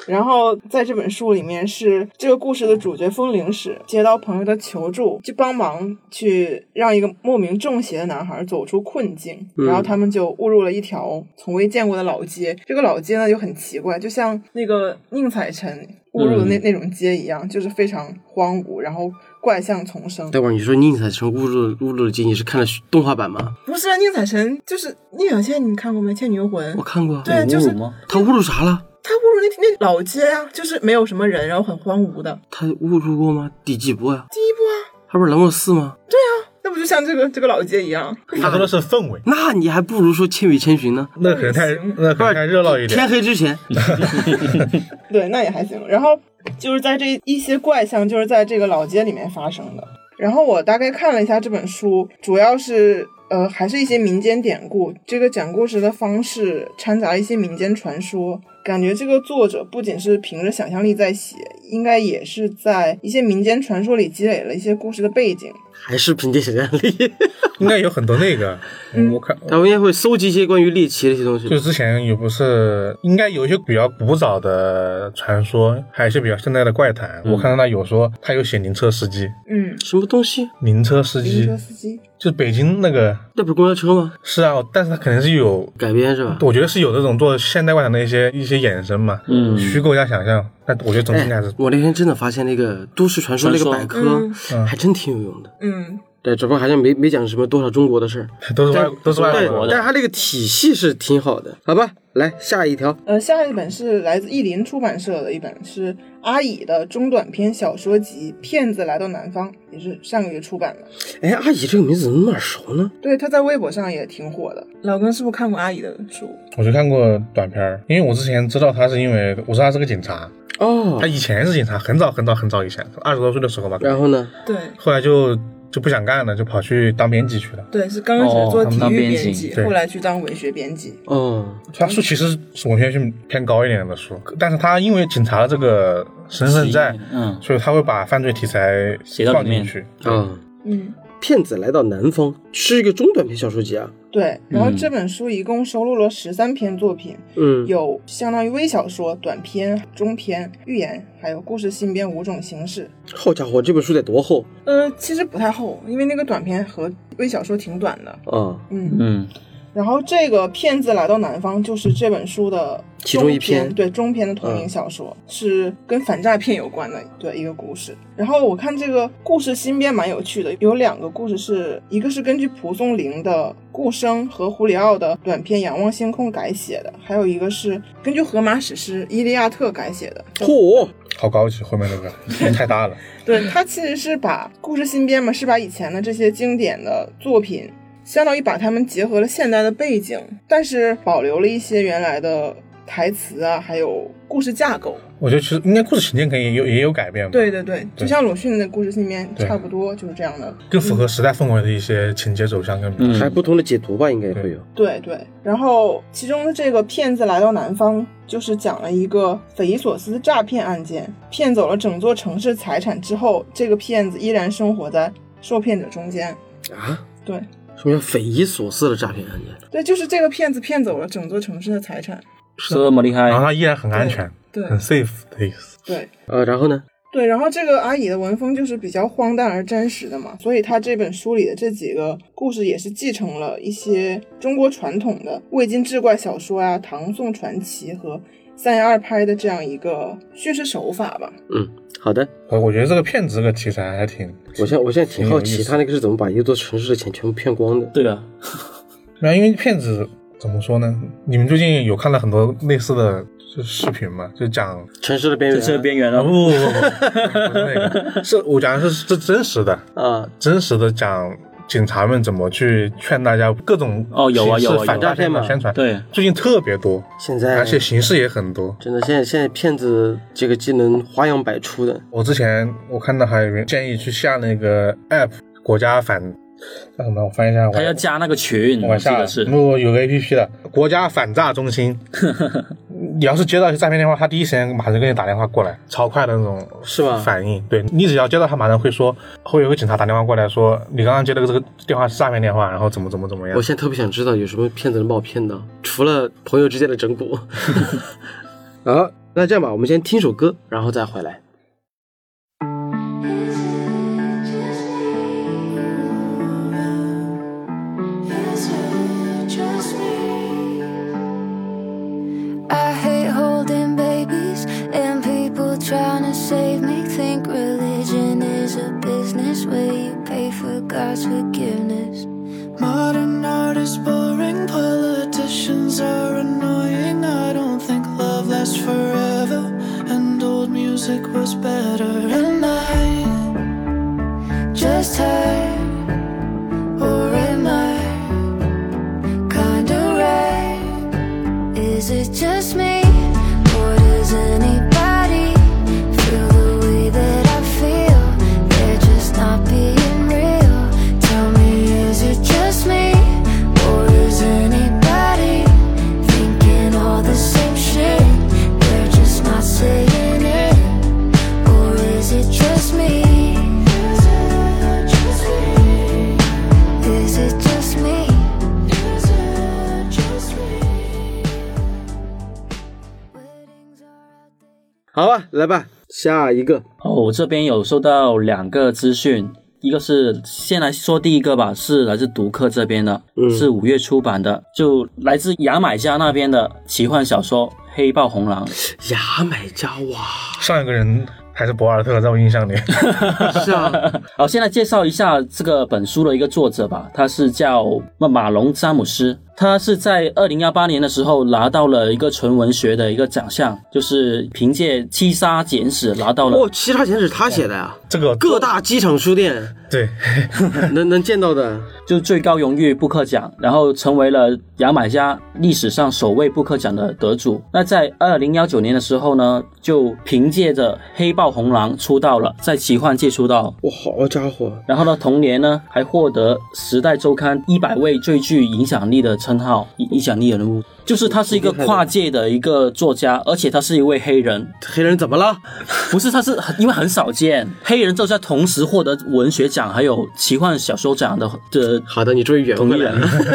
S4: 然后在这本书里面是这个故事的主角风铃使接到朋友的求助，就帮忙去让一个莫名中邪的男孩走出困境，
S2: 嗯
S4: 然后他们就误入了一条从未见过的老街。这个老街呢就很奇怪，就像那个宁采臣误入的
S2: 嗯
S4: 那、那种街一样，就是非常荒芜，然后怪象丛生。
S2: 待会儿你说宁采臣误入误入了街，你是看了动画版吗？
S4: 不是啊，宁采臣就是宁小倩，你看过没？《倩女幽魂
S2: 我》看过。
S4: 对啊，
S5: 有
S4: 就
S5: 侮
S4: 是
S5: 辱吗？
S2: 他误入啥了？
S4: 他误入那那老街啊，就是没有什么人，然后很荒芜的。
S2: 他误入过吗？第几部呀、
S4: 第一部啊，
S2: 他不是《蓝墨四》吗？
S4: 那不就像这个这个老街一样？
S3: 他说的是氛围，
S2: 那你还不如说《千与千寻》呢。
S3: 那可能太那可能太热闹一点
S2: 天。黑之前，
S4: 对，那也还行。然后就是在这一些怪象，就是在这个老街里面发生的。然后我大概看了一下这本书，主要是呃，还是一些民间典故。这个讲故事的方式掺杂了一些民间传说，感觉这个作者不仅是凭着想象力在写，应该也是在一些民间传说里积累了一些故事的背景。
S2: 还是凭借想象力。
S3: 应该有很多那个，嗯我看
S2: 他们应该会搜集一些关于猎奇的一些东西。
S3: 就之前也不是，应该有一些比较古早的传说，还有一些比较现代的怪谈。我看到他有说他有写灵车司机，
S4: 嗯，
S2: 什么东西？
S3: 灵车司
S4: 灵
S3: 机
S4: 车司机，
S3: 就是北京那个
S2: 那不是公交车吗？
S3: 是啊，但是他肯定是有，
S2: 改编是吧？哎
S3: 我觉得是有这种做现代怪谈的一些一些衍生嘛，
S5: 嗯
S3: 虚构加想象。但我觉得总体应该是
S2: 哎，我那天真的发现那个都市传说那个百科
S4: 传
S2: 还真挺有用的。
S4: 嗯，
S2: 对，只不过好像没没讲什么多少中国的事儿，
S3: 都是外
S2: 但
S3: 都是外
S2: 对
S3: 国的。
S2: 但它这个体系是挺好的，好吧？来下一条，
S4: 呃，下一本是来自译林出版社的一本是阿乙的中短篇小说集《骗子来到南方》，也是上个月出版的。
S2: 哎，阿姨这个名字怎么那么耳熟呢？
S4: 对，他在微博上也挺火的。老公是不是看过阿姨的书？
S3: 我就看过短片儿，因为我之前知道他是因为我知道他是个警察，
S2: 哦
S3: 他，以前是警察，很早很早很早以前，二十多岁的时候吧。
S2: 然后呢？
S4: 对
S3: 后来就就不想干了，就跑去当编辑去了。
S4: 对，是刚开始
S5: 哦
S4: 做
S5: 他
S4: 体
S5: 们当
S4: 育
S5: 编
S4: 编
S5: 辑
S4: 辑，
S3: 对
S4: 后来去当文学编辑。
S2: 哦，
S3: 他书其实是文学性偏高一点的书，但是他因为警察的这个身份在，
S5: 嗯，
S3: 所以他会把犯罪题材
S5: 写到
S3: 放
S5: 里
S3: 进
S5: 面
S3: 去。
S2: 啊，
S4: 嗯，
S2: 骗子来到南方是一个中短篇小说集啊。
S4: 对。然后
S5: 嗯
S4: 这本书一共收录了十三篇作品，
S2: 嗯，
S4: 有相当于微小说、短篇、中篇、寓言，还有故事新编五种形式。
S2: 好家伙，这本书得多厚
S4: 呃，其实不太厚，因为那个短篇和微小说挺短的。
S2: 啊！
S4: 嗯，
S5: 嗯，
S4: 然后这个骗子来到南方就是这本书的
S2: 其中一
S4: 篇，
S2: 篇
S4: 对中篇的同名小说、是跟反诈骗有关的，对一个故事。然后我看这个故事新编蛮有趣的，有两个故事是一个是根据蒲松龄的《顾生》和胡里奥的短篇《仰望星空》改写的，还有一个是根据荷马史诗《伊利亚特》改写的。
S2: 嚯，
S3: 好高级，后面那个太大了。
S4: 对，它其实是把故事新编嘛，是把以前的这些经典的作品，相当于把它们结合了现代的背景，但是保留了一些原来的台词啊，还有故事架构。
S3: 我觉得其实应该故事情节可能也有也有改变吧，
S4: 对，对对，就
S3: 对
S4: 像鲁迅的故事新编
S3: 对
S4: 差不多就是这样的。
S3: 更符合时代氛围的一些情节走向跟
S5: 嗯
S2: 还不同的解读吧，应该会有。
S4: 对对，然后其中的这个骗子来到南方，就是讲了一个匪夷所思的诈骗案件，骗走了整座城市财产之后，这个骗子依然生活在受骗者中间。
S2: 啊？
S4: 对，
S2: 什么叫匪夷所思的诈骗案件？
S4: 对，就是这个骗子骗走了整座城市的财产。
S5: 这么厉害
S3: 然后，他依然很安全，
S4: 对
S3: 很 safe 的意思。
S4: 对
S2: 呃，然后呢？
S4: 对，然后这个阿姨的文风就是比较荒诞而真实的嘛，所以她这本书里的这几个故事也是继承了一些中国传统的魏晋志怪小说啊、唐宋传奇和三言二拍的这样一个叙事手法吧。
S2: 嗯，好的。
S3: 我呃我觉得这个骗子这个题材还挺，
S2: 我现在我现在挺好
S3: 挺有意
S2: 奇，
S3: 思
S2: 他那个是怎么把一座城市的钱全部骗光的？
S5: 对啊，
S3: 那因为骗子怎么说呢？你们最近有看到很多类似的就视频吗？就讲
S2: 城市的边
S5: 这
S2: 缘，
S5: 是边缘
S3: 啊
S5: 了
S3: 不。不不不，不是那 个，是我讲的是是真实的，
S2: 啊，
S3: 真实的讲警察们怎么去劝大家各种
S5: 哦有啊
S3: 形式
S5: 有啊
S3: 反
S5: 有
S2: 啊诈
S3: 诈骗的
S2: 骗嘛
S3: 宣传，
S5: 对，
S3: 最近特别多，
S2: 现在
S3: 而且形式也很多。
S2: 真的现在现在骗子这个技能花样百出的，
S3: 我之前我看到还有人建议去下那个 app，国家反叫什么？我翻一下，我
S5: 他要加那个群，
S3: 我
S5: 我记
S3: 下
S5: 得
S3: 了
S5: 是。
S3: 不有个 A P P 的国家反诈中心，你要是接到一些诈骗电话，他第一时间马上给你打电话过来，超快的那种
S2: 是吧
S3: 反应，对你只要接到他，马上会说，会有个警察打电话过来说，你刚刚接到这个电话是诈骗电话，然后怎么怎么怎么样
S2: 我。现在特别想知道有什么骗子能把我骗到，除了朋友之间的整 蛊。好，那这样吧，我们先听首歌，然后再回来。
S6: Is it just me? Is it just me? I hate holding babies and people trying to save me. Think religion is a business where you pay for God's forgiveness.
S7: Modern art is boring, politicians are annoying. I don't think love lasts forever, and old music was better. And I,
S6: Just her, or am I kinda right? Is it just me, or does anybody feel the way that I feel? They're just not being real. Tell me, is it just me, or is anybody thinking all the same shit? They're just not saying it. Or is it just me? Is it just me? Is it just me? Is it just me?
S2: 好吧，来吧，下一个。
S5: 哦，我这边有收到两个资讯，一个是先来说第一个吧，是来自读客这边的，
S3: 嗯
S5: 是五月出版的，就来自牙买加那边的奇幻小说《黑豹红狼》。
S2: 牙买加哇，
S3: 上一个人还是博尔特，在我印象里，
S2: 是啊，
S5: 好，先来介绍一下这个本书的一个作者吧，他是叫马龙·詹姆斯，他是在二零幺八年的时候拿到了一个纯文学的一个奖项，就是凭借《七杀简史》拿到了
S2: 哇，其他简史他写的呀、
S3: 这个
S2: 各大机场书 店
S3: 对，
S2: 能能见到的，
S5: 就最高荣誉布克奖，然后成为了牙买加历史上首位布克奖的得主。那在二零幺九年的时候呢，就凭借着《黑豹红狼》出道了，在奇幻界出道。
S2: 哇，好家伙，
S5: 然后呢，同年呢还获得《时代周刊》一百位最具影响力的称号，影影响力人物。就是他是一个跨界的一个作家，而且他是一位黑人，
S2: 黑人怎么了？
S5: 不是他是很因为很少见，黑人作家同时获得文学奖还有奇幻小说奖的的
S2: 好的，你终于圆
S5: 同
S2: 回
S5: 意
S2: 来
S5: 了
S2: 了。，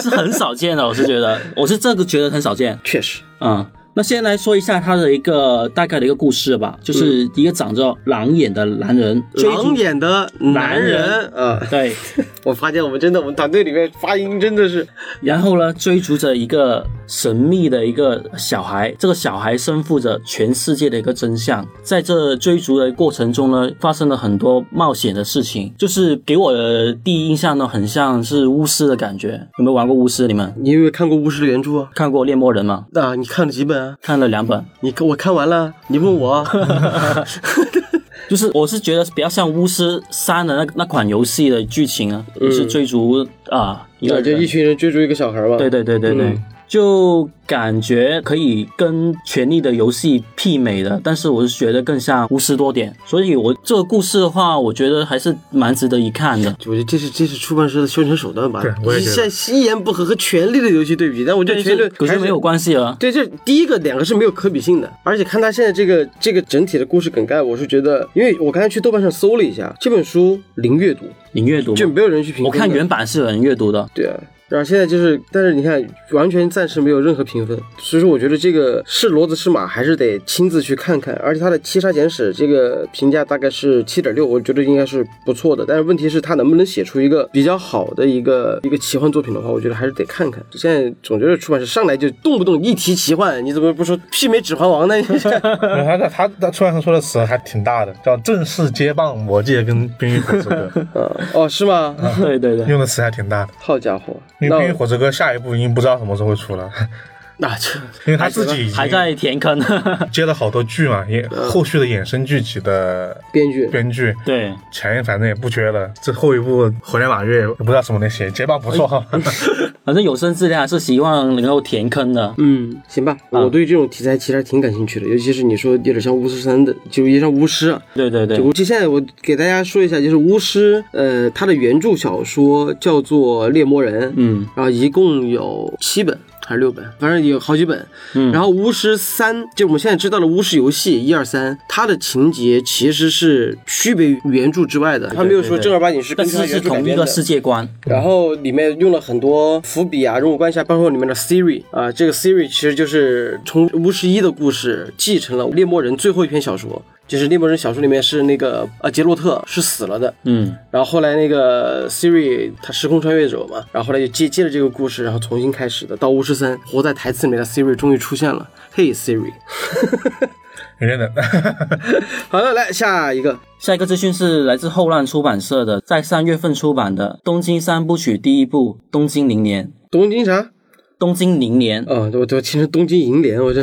S5: 是很少见的，我是觉得，我是这个觉得很少见
S2: 确实，
S5: 啊、嗯那先来说一下他的一个大概的一个故事吧，就是嗯一个长着狼眼的男人追逐
S2: 狼眼的男
S5: 男人
S2: 人啊，
S5: 对，
S2: 我发现我们真的，我们团队里面发音真的是
S5: 然后呢，追逐着一个神秘的一个小孩，这个小孩身负着全世界的一个真相。在这追逐的过程中呢，发生了很多冒险的事情，就是给我的第一印象呢，很像是巫师的感觉。有没有玩过巫师？你们
S2: 你有没有看过巫师的原著啊？
S5: 看过《猎魔人》吗？
S2: 啊，你看了几本啊？
S5: 看了两本，
S2: 你看我看完了，你问 我啊，
S5: 就是我是觉得比较像巫师三的那那款游戏的剧情啊，也是追逐啊、一个
S2: 就
S5: 人
S2: 一群人追逐一个小孩吧。
S5: 对对对对对，
S2: 嗯
S5: 就感觉可以跟《权力的游戏》媲美的，但是我是觉得更像巫师多点，所以我这个故事的话，我觉得还是蛮值得一看的。
S2: 我觉得这是这是出版社的宣传手段吧。
S3: 对我也觉得
S2: 现在一言不合和《权力的游戏》对比，但我觉得《权力》
S5: 可是没有关系啊，
S2: 对，这第一个两个是没有可比性的，而且看他现在这个这个整体的故事梗概，我是觉得，因为我刚才去豆瓣上搜了一下，这本书零阅读，
S5: 你阅读吗
S2: 就没有人去评
S5: 我
S2: 分的。
S5: 看原版是有人阅读的，
S2: 对啊，然后现在就是，但是你看，完全暂时没有任何评分，所以说我觉得这个是骡子是马，还是得亲自去看看。而且它的《七杀简史》这个评价大概是七点六，我觉得应该是不错的。但是问题是，它能不能写出一个比较好的一个一个奇幻作品的话，我觉得还是得看看。现在总觉得出版社上来就动不动一提奇幻，你怎么不说媲美《指环王》呢？
S3: 他的他他出版社说的词还挺大的，叫正式接棒《魔戒》跟《冰与火之歌》，
S2: 啊哦，是吗？
S5: 对对对，
S3: 用的词还挺大的。
S2: 好家伙，
S3: 因
S2: 那
S3: 为《冰与火之歌》下一部已经不知道什么时候会出了，
S2: 那这
S3: 因为他自己已
S5: 还
S3: 经
S5: 在填坑，
S3: 接了好多剧嘛，也后续的衍生剧集的
S2: 编剧
S3: 编剧，
S5: 对。
S3: 钱反正也不缺了。这后一部《火烈马月》也不知道什么能写，接棒不错。
S2: 哎
S5: 反正有生之年还是希望能够填坑的。
S2: 嗯，行吧，
S5: 啊
S2: 我对这种题材其实还挺感兴趣的，尤其是你说有点像巫师三的，就有点像巫师啊。
S5: 对对对
S2: 就，我就现在我给大家说一下，就是巫师，呃，他的原著小说叫做《猎魔人》，
S5: 嗯
S2: 然后一共有七本。还是六本，反正有好几本。
S5: 嗯
S2: 然后巫师三，就我们现在知道的巫师游戏一二三，它的情节其实是区别于原著之外的，它没有说正儿八经是
S5: 但
S2: 根据它
S5: 是是
S2: 原著改
S5: 同一
S2: 编
S5: 个
S2: 的。
S5: 世界观，
S2: 然后里面用了很多伏笔啊、人物关系啊，包括里面的 Siri 啊，这个 Siri 其实就是从巫师一的故事继承了猎魔人最后一篇小说，就是猎魔人小说里面是那个呃杰洛特是死了的，
S5: 嗯，
S2: 然后后来那个 Siri 他时空穿越者嘛，然后后来就接接着这个故事，然后重新开始的。到巫师三，活在台词里面的 Siri 终于出现了，嘿 Siri，
S3: 有点冷。
S2: 好了，来下一个，
S5: 下一个资讯是来自后浪出版社的，在三月份出版的《东京三部曲》第一部《东京零年》。
S2: 东京啥？
S5: 东京零年，
S2: 啊、我我听成东京银联，我这，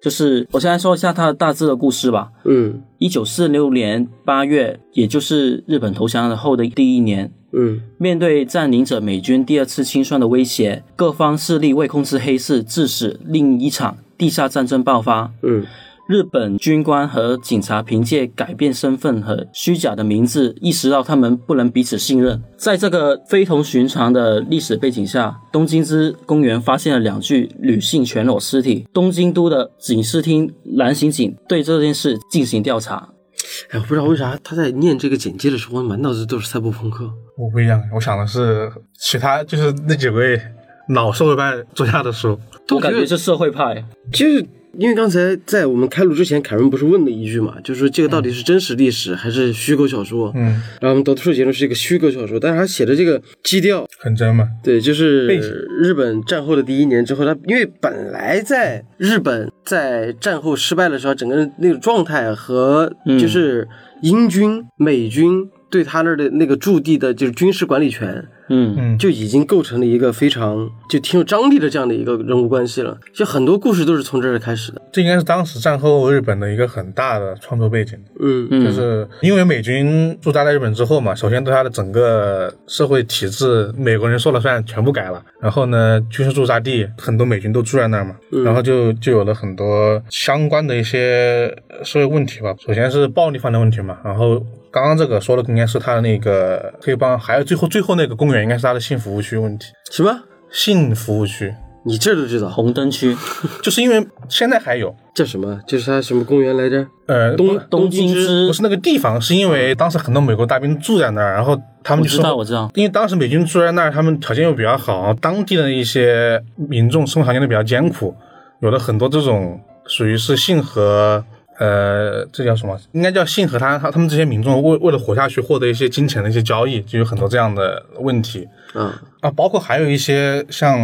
S5: 就是我先来说一下它的大致的故事吧。
S2: 嗯
S5: 一九四六年八月，也就是日本投降后的第一年，
S2: 嗯
S5: 面对占领者美军第二次清算的威胁，各方势力为控制黑市，致使另一场地下战争爆发。
S2: 嗯
S5: 日本军官和警察凭借改变身份和虚假的名字，意识到他们不能彼此信任。在这个非同寻常的历史背景下，东京之公园发现了两具女性全裸尸体。东京都的警视厅南刑警对这件事进行调查。
S2: 哎，我不知道为啥他在念这个简介的时候，满脑子都是赛博朋克。
S3: 我不一样，我想的是其他，就是那几位老社会派作家的书。
S5: 我感觉是社会派，
S2: 就是因为刚才在我们开录之前，凯文不是问了一句嘛，就是说这个到底是真实历史还是虚构小说？
S3: 嗯，
S2: 然后我们得出的结论是一个虚构小说，但是他写的这个基调，
S3: 很真嘛。
S2: 对，就是
S3: 背景
S2: 日本战后的第一年之后，他因为本来在日本在战后失败的时候，整个人那个状态和
S5: 嗯
S2: 就是英军、美军对他那儿的那个驻地的就是军事管理权，
S5: 嗯，
S3: 嗯，
S2: 就已经构成了一个非常就挺有张力的这样的一个人物关系了。就很多故事都是从这儿开始的。
S3: 这应该是当时战后日本的一个很大的创作背景，
S2: 嗯
S5: 嗯
S3: 就是因为美军驻扎在日本之后嘛，首先对它的整个社会体制，美国人说了算，全部改了。然后呢，军事驻扎地很多美军都住在那儿嘛，
S2: 嗯
S3: 然后就就有了很多相关的一些社会问题吧。首先是暴力方面的问题嘛，然后。刚刚这个说的应该是他的那个黑帮，还有最后最后那个公园应该是他的性服务区问题，
S2: 什么？
S3: 性服务区，
S2: 你这都知道？
S5: 红灯区，
S3: 就是因为现在还有，
S2: 叫什么？就是他什么公园来着？
S3: 呃，
S2: 东
S5: 东
S2: 京
S5: 京
S2: 之
S5: 之
S3: 不，是那个地方，是因为当时很多美国大兵住在那儿，然后他们
S5: 我
S3: 就
S5: 知道
S3: 说，
S5: 我知道，
S3: 因为当时美军住在那儿，他们条件又比较好，当地的一些民众生活条件都比较艰苦，有了很多这种属于是性和呃，这叫什么？应该叫信和他他他们这些民众为为了活下去，获得一些金钱的一些交易，就有很多这样的问题。
S2: 嗯，
S3: 啊，包括还有一些像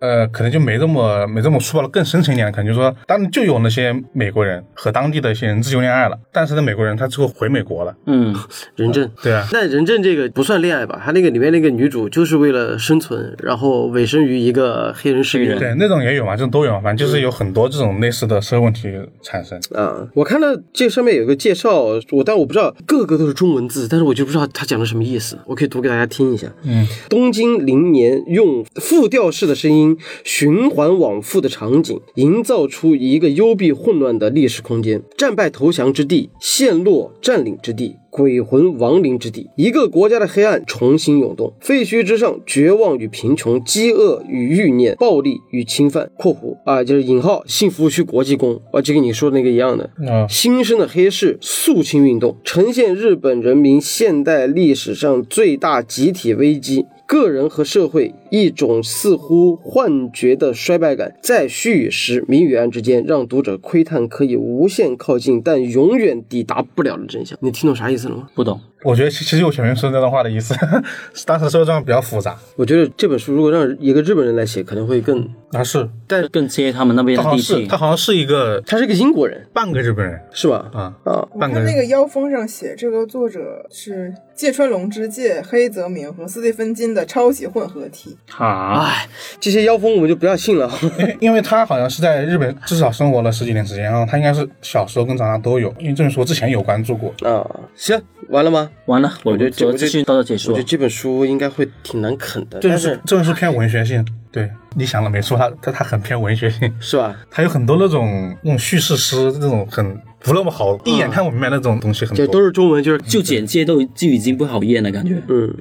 S3: 呃，可能就没这么没这么粗暴了，更深层一点，可能就是说，当然就有那些美国人和当地的一些人自由恋爱了，但是呢，美国人他最后回美国了，
S5: 嗯，
S2: 任正。
S3: 对啊，
S2: 那任正这个不算恋爱吧？他那个里面那个女主就是为了生存，然后委身于一个黑人士兵
S5: 黑人
S3: 对，那种也有嘛，这种都有嘛，反正就是有很多这种类似的社会问题产生。
S2: 啊，我看到这上面有个介绍，我但我不知道个个都是中文字，但是我就不知道他讲的什么意思，我可以读给大家听一下。
S3: 嗯，
S2: 东京零年用复调式的声音循环往复的场景，营造出一个幽闭混乱的历史空间，战败投降之地，陷落占领之地。鬼魂亡灵之地，一个国家的黑暗重新涌动，废墟之上，绝望与贫穷，饥饿与欲念，暴力与侵犯（括弧啊，就是引号）幸福区国际宫啊，这跟你说的那个一样的。
S3: 啊、
S2: 新生的黑市肃清运动，呈现日本人民现代历史上最大集体危机。个人和社会一种似乎幻觉的衰败感，在虚与实、明与暗之间，让读者窥探可以无限靠近但永远抵达不了的真相。你听懂啥意思了吗？
S5: 不懂。
S3: 我觉得其其实我前面说的那段话的意思， 当时说的这样比较复杂。
S2: 我觉得这本书如果让一个日本人来写，可能会更……
S3: 啊，是
S5: 更接他们那边
S3: 他
S5: 的
S3: 好像
S5: 地
S3: 哦是
S5: 气
S3: 他。好像是一个
S2: 他是个英国人，
S3: 半个日本人
S2: 是吧？
S3: 啊
S2: 啊，
S4: 我
S3: 半个
S4: 看那
S3: 人
S4: 个腰封上写，这个作者是芥川龙之介、黑泽明和斯蒂芬金的抄袭混合体。
S5: 好，
S2: 哎，这些妖风我们就不要信了。
S3: 因为因为他好像是在日本至少生活了十几年时间，然后他应该是小时候跟长大都有，因为这本书我之前有关注过。
S2: 啊，行，完了吗？
S5: 完了，我
S2: 我觉得这
S5: 我资讯到这结束
S2: 我觉
S5: 了
S2: 得。这本书应该会挺难啃的，
S3: 这
S2: 但
S3: 本
S2: 是
S3: 书这本书偏文学性，对，你想了没错，他他他很偏文学性，
S2: 是吧？
S3: 他有很多那种那种叙事诗，那种很不那么好，一眼看不明白那种东西很
S2: 这
S3: 多。
S2: 都是中文， 嗯就是
S5: 就简介都就已经不好念了，感觉。
S2: 嗯，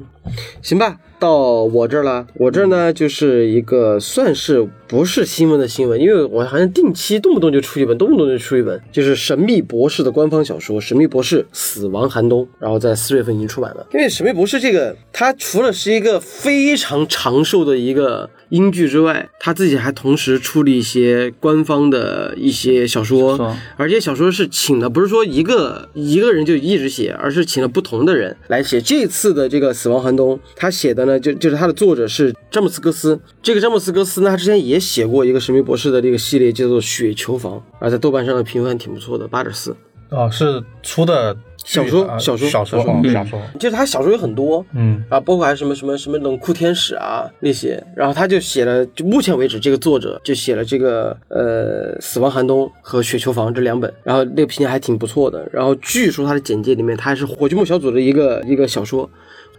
S2: 行吧，到我这儿了。我这儿呢，就是一个算是不是新闻的新闻，因为我好像定期动不动就出一本，动不动就出一本，就是《神秘博士》的官方小说《神秘博士：死亡寒冬》，然后在四月份已经出版了。因为《神秘博士》这个，它除了是一个非常长寿的一个英剧之外，他自己还同时出了一些官方的一些小说，
S5: 小说
S2: 而且小说是请的不是说一个一个人就一直写，而是请了不同的人来写。这次的这个《死亡寒冬》，他写的呢，就就是他的作者是詹姆斯·戈斯。这个詹姆斯·戈斯呢，他之前也写过一个《神秘博士》的这个系列，叫做《雪球房》，啊，在豆瓣上的评分还挺不错的，八点四。
S3: 哦，是出的
S2: 小说
S3: 啊
S2: 小说
S3: 小说
S2: 小说
S3: 哦
S5: 嗯
S3: 小说，
S2: 就是他小说有很多，
S3: 嗯，
S2: 啊，包括还有什么什么什么冷酷天使啊那些，然后他就写了，就目前为止这个作者就写了这个呃《死亡寒冬》和《雪球房》这两本，然后那个评价还挺不错的。然后据说他的简介里面，他还是火炬木小组的一个一个小说。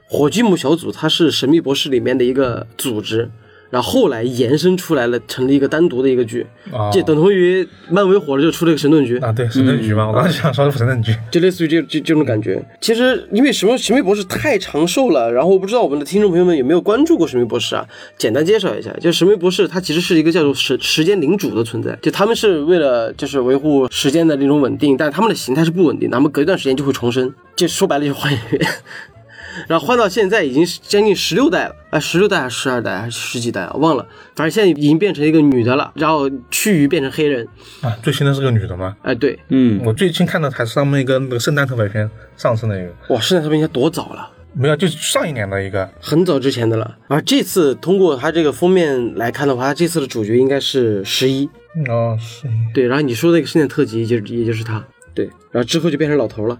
S2: 火炬木小组它是神秘博士里面的一个组织，然后后来延伸出来了，成了一个单独的一个剧，
S3: 哦
S2: 这等同于漫威火了就出了一个神盾局。
S3: 啊，对，神盾局嘛，我
S2: 嗯
S3: 刚才想说的神盾局。
S2: 就类似于这这这种感觉。其实因为什么神秘博士太长寿了，然后我不知道我们的听众朋友们有没有关注过神秘博士啊？简单介绍一下，就神秘博士它其实是一个叫做时时间领主的存在，就他们是为了就是维护时间的那种稳定，但是他们的形态是不稳定的，他们隔一段时间就会重生，就说白了就是换人。 然后换到现在已经是将近十六代了，哎，十六代还是十二代还是十几代啊？忘了，反正现在已经变成一个女的了，然后趋于变成黑人，
S3: 啊，最新的是个女的吗？
S2: 哎，对，
S5: 嗯，
S3: 我最近看的还是他们一个那个圣诞特别篇，上次那个
S2: 哇，圣诞特别应该多早了。
S3: 没有，就是上一年的一个
S2: 很早之前的了。而这次通过它这个封面来看的话，它这次的主角应该是十一，
S3: 哦，是，
S2: 对。然后你说那个圣诞特辑，也就也就是他，对。然后之后就变成老头了，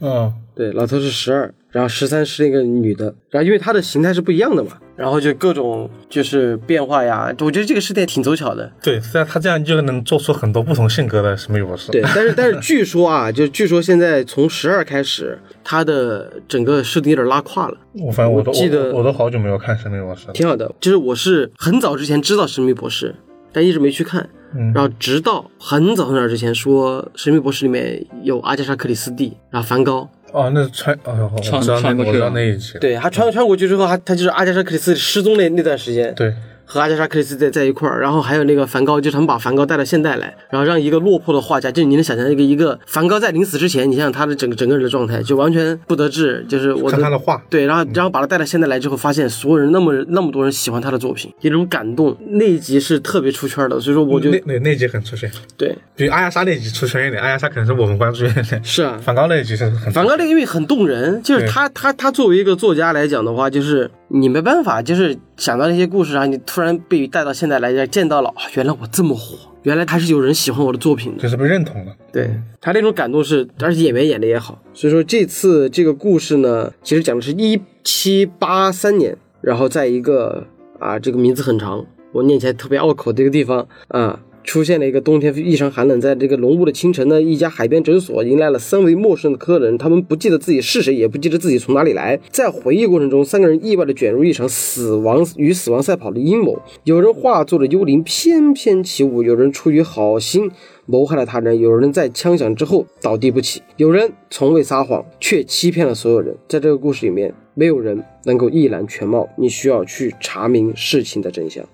S3: 嗯，
S2: 对，老头是十二，然后十三是那个女的，然后因为她的形态是不一样的嘛，然后就各种就是变化呀。我觉得这个事件挺凑巧的，
S3: 对，但他这样就能做出很多不同性格的神秘博士。
S2: 对， 但是但是据说啊，就据说现在从十二开始，它的整个设定有点拉胯了。
S3: 我反正我都
S2: 我记得
S3: 我我都好久没有看神秘博士了。
S2: 挺好的。就是我是很早之前知道《神秘博士》，但一直没去看。
S3: 嗯
S2: 然后直到很早很早之前说，《神秘博士》里面有阿加莎·克里斯蒂，然后梵高。
S3: 哦，那是穿哦，我
S5: 穿
S3: 知道那
S5: 穿过
S3: 我
S5: 去
S3: 知道
S5: 了
S3: 那一集。
S2: 对他穿穿过去之后，他他就是阿加莎·克里斯蒂失踪那那段时间，
S3: 对，
S2: 和阿加莎·克里斯在在一块儿，然后还有那个梵高，就是他们把梵高带到现代来，然后让一个落魄的画家，就是你能想象一个一个梵高在临死之前，你想想他的整个整个人的状态，就完全不得志，就是我
S3: 看他的画
S2: 对，然后然后把他带到现在来之后，发现所有人那么那么多人喜欢他的作品，有那种感动，那一集是特别出圈的，所以说我就
S3: 嗯那那那集很出圈，
S2: 对
S3: 比阿亚莎那集出圈一点。阿亚莎可能是我们关注一点，
S2: 是啊，
S3: 梵高那集是很
S2: 梵高那个因为很动人，就是
S3: 对
S2: 他他他作为一个作家来讲的话，就是你没办法，就是想到那些故事啊，你突然被带到现在来见到了，啊原来我这么火，原来还是有人喜欢我的作品的。
S3: 就是被认同了。
S2: 对他那种感动是，而且演员演的也好，所以说这次这个故事呢，其实讲的是一七八三年，然后在一个啊这个名字很长，我念起来特别拗口的一个地方啊。出现了一个冬天异常寒冷，在这个浓雾的清晨呢，一家海边诊所迎来了三位陌生的客人，他们不记得自己是谁，也不记得自己从哪里来。在回忆过程中，三个人意外地卷入一场死亡与死亡赛跑的阴谋。有人化作了幽灵翩翩起舞，有人出于好心谋害了他人，有人在枪响之后倒地不起，有人从未撒谎，却欺骗了所有人。在这个故事里面，没有人能够一览全貌，你需要去查明事情的真相。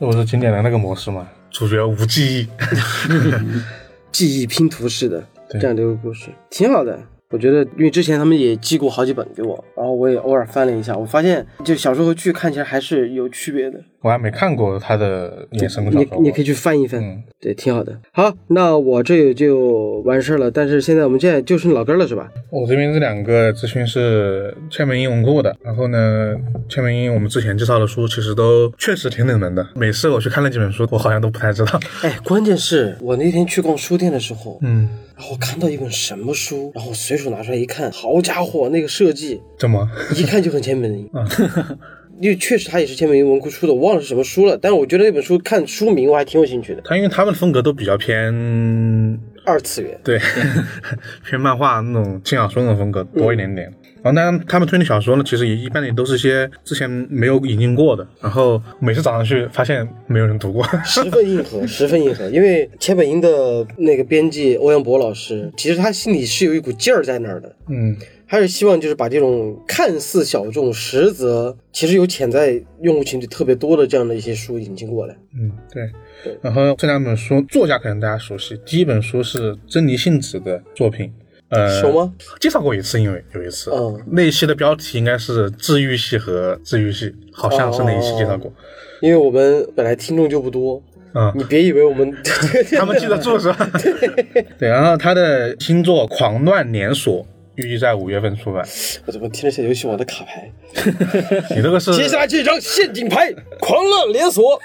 S3: 这不是经典的那个模式嘛，主角无记忆，
S2: 记忆拼图式的
S3: 对
S2: 这样的一个故事，挺好的。我觉得，因为之前他们也寄过好几本给我，然后我也偶尔翻了一下，我发现就小说和剧看起来还是有区别的。
S3: 我还没看过他的衍生小
S2: 你
S3: 说。
S2: 你可以去翻一翻，
S3: 嗯
S2: 对，挺好的。好，那我这就完事儿了。但是现在我们现在就剩老根儿了，是吧？
S3: 我这边这两个资讯是최민英文库的，然后呢，최민英我们之前介绍的书其实都确实挺冷门的，每次我去看那几本书，我好像都不太知道。
S2: 哎，关键是我那天去逛书店的时候，
S3: 嗯，
S2: 然后我看到一本什么书，然后我随手拿出来一看，好家伙，那个设计
S3: 怎么？
S2: 一看就很千本樱。
S3: 嗯
S2: 因为确实它也是千本樱文库出的，我忘了是什么书了，但是我觉得那本书看书名我还挺有兴趣的。
S3: 他因为他们的风格都比较偏
S2: 二次 元，
S3: 对，偏漫画那种轻小说那种风格多一点点。然后，当然他们推理小说呢，其实也一般也都是一些之前没有引进过的。然后每次找上去，发现没有人读过。
S2: 十分硬核，十分硬核。因为千本樱的那个编辑欧阳博老师，其实他心里是有一股劲儿在那儿的，
S3: 嗯，
S2: 他是希望就是把这种看似小众，实则其实有潜在用户群体特别多的这样的一些书引进过来。
S3: 嗯，对。然后这两本书作家可能大家熟悉，第一本书是珍妮信子的作品，呃，
S2: 熟吗？
S3: 介绍过一次，因为有一次，
S2: 嗯
S3: 那一期的标题应该是治愈系和治愈系，好像是那一期介绍过。
S2: 因为我们本来听众就不多，
S3: 嗯，
S2: 你别以为我 们
S3: 他们记得住是吧？对，然后他的新作《狂乱连锁》预计在五月份出版。
S2: 我怎么听着像游戏王的卡牌？
S3: 你这个是
S2: 接下来这张陷阱 牌，狂浪连 锁，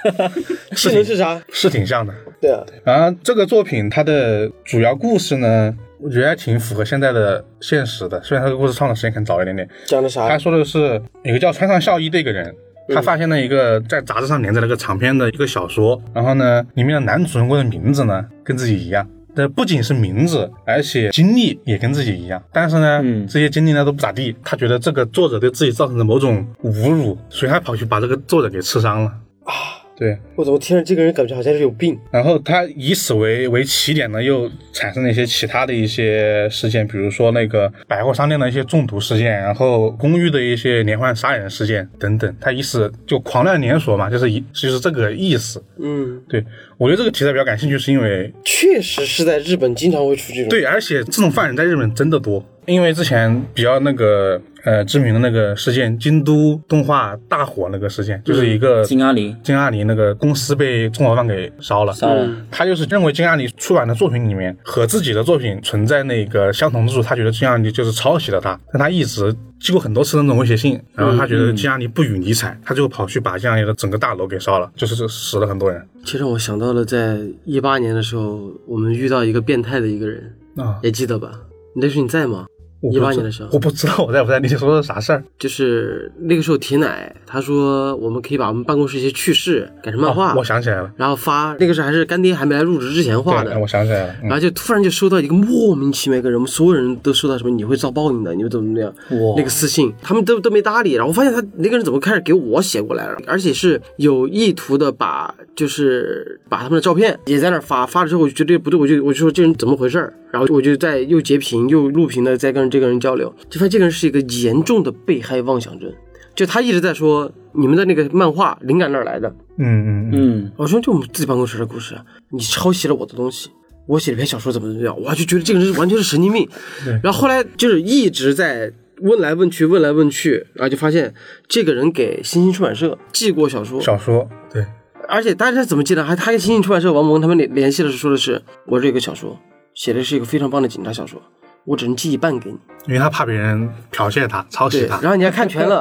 S2: 技能是啥？
S3: 是挺像的。
S2: 对啊，
S3: 然后这个作品它的主要故事呢，我觉得还挺符合现在的现实的，虽然它的故事创的时间可能早一点点。
S2: 啊讲的啥
S3: 他？说的是有个叫川上孝一的一个人，他发现了一个在杂志上连载了个长篇的一个小说，然后呢，里面的男主人公的名字呢跟自己一样。但不仅是名字，而且经历也跟自己一样。但是呢，
S5: 嗯
S3: 这些经历呢都不咋地。他觉得这个作者对自己造成了某种侮辱，所以他跑去把这个作者给刺伤了。
S2: 啊，
S3: 对，
S2: 我怎么听着这个人感觉好像是有病？
S3: 然后他以此为为起点呢，又产生了一些其他的一些事件，比如说那个百货商店的一些中毒事件，然后公寓的一些连环杀人事件等等。他以此就狂乱连锁嘛，就是一就是这个意思。
S2: 嗯，
S3: 对我对这个题材比较感兴趣，是因为
S2: 确实是在日本经常会出这种。，
S3: 对，而且这种犯人在日本真的多，因为之前比较那个呃知名的那个事件，京都动画大火那个事件，就是一个
S5: 金阿狸
S3: 金阿狸那个公司被纵火犯给烧了，
S5: 烧了
S2: 嗯
S3: 他就是认为金阿狸出版的作品里面和自己的作品存在那个相同之处，他觉得金阿狸就是抄袭了他，但他一直寄过很多次那种威胁信，然后他觉得金阿狸不予理睬，他就跑去把金阿狸的整个大楼给烧了，就是死了很多人
S2: 这让我想到了在一八年的时候，我们遇到一个变态的一个人，
S3: 啊。
S2: 也记得吧？那时候你在吗？
S3: 我
S2: 一
S3: 不
S2: 八
S3: 知
S2: 年的时候
S3: 我不知道我在不在你说的啥事儿。
S2: 就是那个时候铁奶他说我们可以把我们办公室一些趣事改成漫画，
S3: 哦我想起来了。
S2: 然后发那个时候还是干爹还没来入职之前画
S3: 对
S2: 的，
S3: 我想起来了。嗯
S2: 然后就突然就收到一个莫名其妙一个人，我们所有人都收到什么你会遭报应的，你们怎么怎么样
S5: 哇
S2: 那个私信，他们都都没搭理。然后我发现他那个人怎么开始给我写过来了，而且是有意图的把就是把他们的照片也在那儿发，发了之后我就觉得不对，我就我就说这人怎么回事儿，然后我就在又截屏又录屏的在跟这个人交流，就发现这个人是一个严重的被害妄想症。就他一直在说你们的那个漫画灵感哪儿来的？
S3: 嗯嗯嗯，
S5: 嗯，
S2: 我说就我们自己办公室的故事啊，你抄袭了我的东西，我写了篇小说怎么怎么样，哇，就觉得这个人完全是神经病
S3: 对。
S2: 然后后来就是一直在问来问去，问来问去，然后就发现这个人给新星出版社寄过小说，
S3: 小说对，
S2: 而且大家怎么记得？还他跟新星出版社王蒙他们联联系的时候说的是，我这有个小说，写的是一个非常棒的警察小说，我只能寄一半给你。
S3: 因为他怕别人剽窃他、抄袭
S2: 对，
S3: 他
S2: 然。后你要看全了，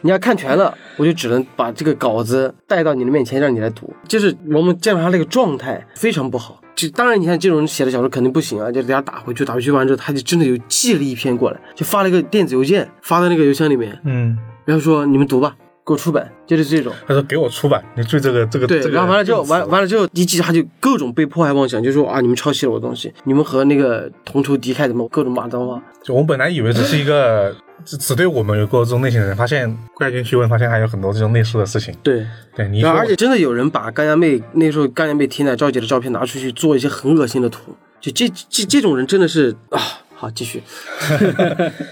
S2: 你要看全了，我就只能把这个稿子带到你的面前，让你来读。就是我们见到他那个状态非常不好。就当然，你看这种人写的小说肯定不行啊，就给他打回去，打回去完之后，他就真的有寄了一篇过来，就发了一个电子邮件，发到那个邮箱里面，
S3: 嗯，
S2: 然后说你们读吧，给我出版，就是这种。
S3: 他说给我出版，你对这个 这个
S2: 对
S3: 这，个
S2: 然后完了之后，
S3: 这个词
S2: 完完了之后，一记他就各种被迫害妄想，就说啊，你们抄袭了我的东西，你们和那个同仇敌忾，怎么各种骂脏话。
S3: 就我们本来以为只是一个只只对我们有过这种类型的人，发现怪进去问，发现还有很多这种类似的事情。
S2: 对，
S3: 对你一
S2: 然
S3: 说
S2: 后，而且真的有人把干阳妹那时候干阳妹缇奶赵姐的照片拿出去做一些很恶心的图，就这这这种人真的是啊，好继 续，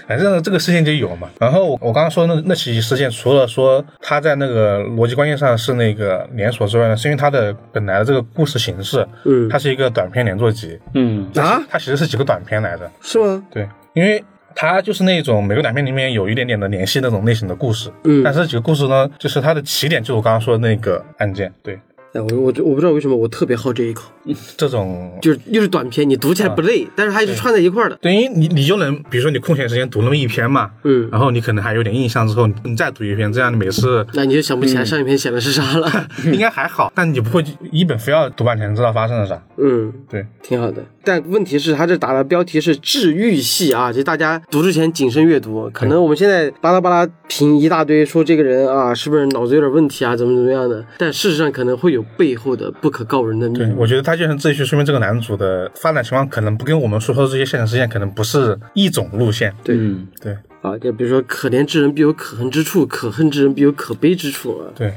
S3: 反正这个事件就有嘛。然后我我刚刚说的那那起事件，除了说他在那个逻辑关系上是那个连锁之外呢，是因为他的本来的这个故事形式，
S2: 嗯
S3: 它是一个短篇连作集
S5: 嗯，
S2: 啊，
S3: 它其实是几个短篇来的。
S2: 是吗？
S3: 对，因为它就是那种每个短片里面有一点点的联系那种类型的故事。
S2: 嗯
S3: 但是这几个故事呢，就是它的起点就是我刚刚说的那个案件。对，
S2: 哎，我我我不知道为什么我特别好这一口，
S3: 这种
S2: 就是又是短篇，你读起来不累，
S3: 啊
S2: 但是它是串在一块儿的，
S3: 等于你你就能，比如说你空闲时间读那么一篇嘛，
S2: 嗯
S3: 然后你可能还有点印象之后，你你再读一篇，这样你每次
S2: 那你就想不
S3: 嗯
S2: 起来上一篇写的是啥了，
S3: 应该还好，但你不会一本非要读半天知道发生了啥。
S2: 嗯。
S3: 对，
S2: 挺好的，但问题是，它这打的标题是治愈系啊，就大家读之前谨慎阅读。可能我们现在巴拉巴拉评一大堆，说这个人啊，是不是脑子有点问题啊，怎么怎么样的？但事实上可能会有背后的不可告人的秘
S3: 对，
S2: 密。
S3: 我觉得他就像这去说明这个男主的发展情况可能不跟我们所说的这些现实事件可能不是一种路线。
S2: 对
S5: 嗯
S3: 对
S2: 啊，就比如说，可怜之人必有可恨之处，可恨之人必有可悲之处啊。
S3: 对，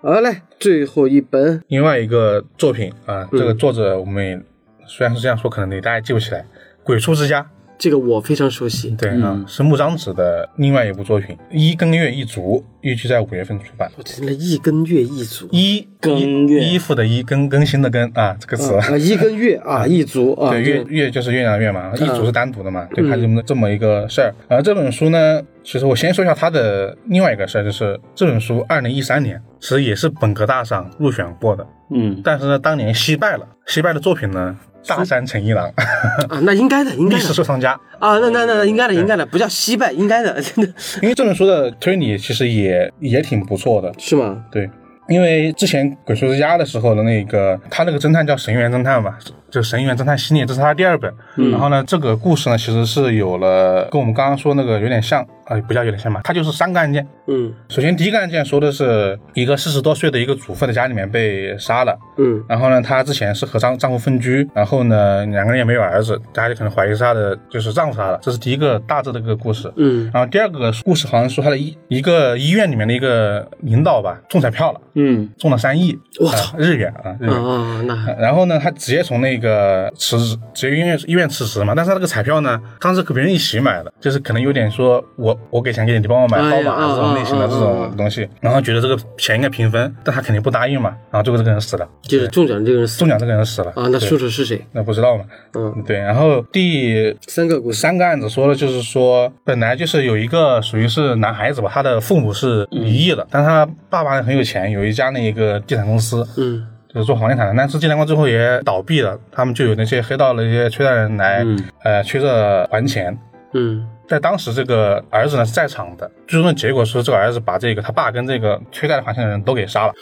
S2: 好嘞，最后一本，
S3: 另外一个作品啊、这个作者我们也虽然是这样说，可能你大家记不起来，《鬼畜之家》
S2: 这个我非常熟悉，
S3: 对啊、是木章子的另外一部作品，一更月一族预计在五月份出版。
S2: 我听了一根月一族
S3: 一
S5: 更月
S3: 衣服的衣更更新的更啊这个词，
S2: 啊，一根月啊，一族啊，
S3: 对月
S2: 这
S3: 月就是月亮月嘛，一族是单独的嘛，对，它这么这么一个事儿。然后这本书呢，其实我先说一下它的另外一个事儿，就是这本书二零一三年其实也是本科大赏入选过的，
S5: 嗯，
S3: 但是呢当年惜败了，惜败的作品呢。大山诚一郎，
S2: 啊，那应该的，应
S3: 历
S2: 该
S3: 史
S2: 的
S3: 收藏家，
S2: 啊，那那那那应该的，应该的，不叫惜败，应该的， 真的
S3: 因为这本书的推理其实也也挺不错的，
S2: 是吗？
S3: 对，因为之前《鬼畜之家》的时候的那个，他那个侦探叫神原侦探嘛，就神原侦探系列，这是他第二本。然后呢，这个故事呢，其实是有了跟我们刚刚说那个有点像，啊、不叫有点像吧，它就是三个案件。
S2: 嗯
S3: 首先第一个案件说的是一个四十多岁的一个主妇的家里面被杀了，
S2: 嗯。
S3: 然后呢，她之前是和丈丈夫分居，然后呢，两个人也没有儿子，大家就可能怀疑是她的就是丈夫杀的，这是第一个大致的一个故事。
S2: 嗯
S3: 然后啊第二个故事好像说她的一一个医院里面的一个领导吧中彩票了，
S5: 嗯
S3: 中了三亿，
S2: 我
S3: 啊
S2: 操
S3: 日元啊，日
S2: 啊
S3: 元。
S2: 啊，那
S3: 然后呢，他直接从那个辞职，直接医院医院辞职嘛。但是他那个彩票呢，当时跟别人一起买的，就是可能有点说我我给钱给你，你帮我买
S2: 哎
S3: 号
S2: 呀
S3: 码、
S2: 啊
S3: 这种类型的
S2: 啊
S3: 这
S2: 啊啊
S3: 种东西。然后觉得这个钱应该平分，但他肯定不答应嘛。然后最后这个人死了，
S2: 就是中奖这个人死
S3: 中奖这个人死了
S2: 啊，那
S3: 对
S2: 凶手是谁？
S3: 那不知道嘛。
S2: 嗯，
S3: 对，然后第
S2: 三个故事，
S3: 三个案子说的就是说，本来就是有一个属于是男孩子吧，他的父母是离异
S2: 嗯
S3: 了，但他爸爸呢很有钱，有一家那个地产公司，
S2: 嗯
S3: 就是做房地产的，但是进来光最后也倒闭了，他们就有那些黑道的一些催债人来，呃，催着还钱。
S2: 嗯
S3: 在当时，这个儿子呢是在场的，最终的结果是这个儿子把这个他爸跟这个催债的还钱的人都给杀了。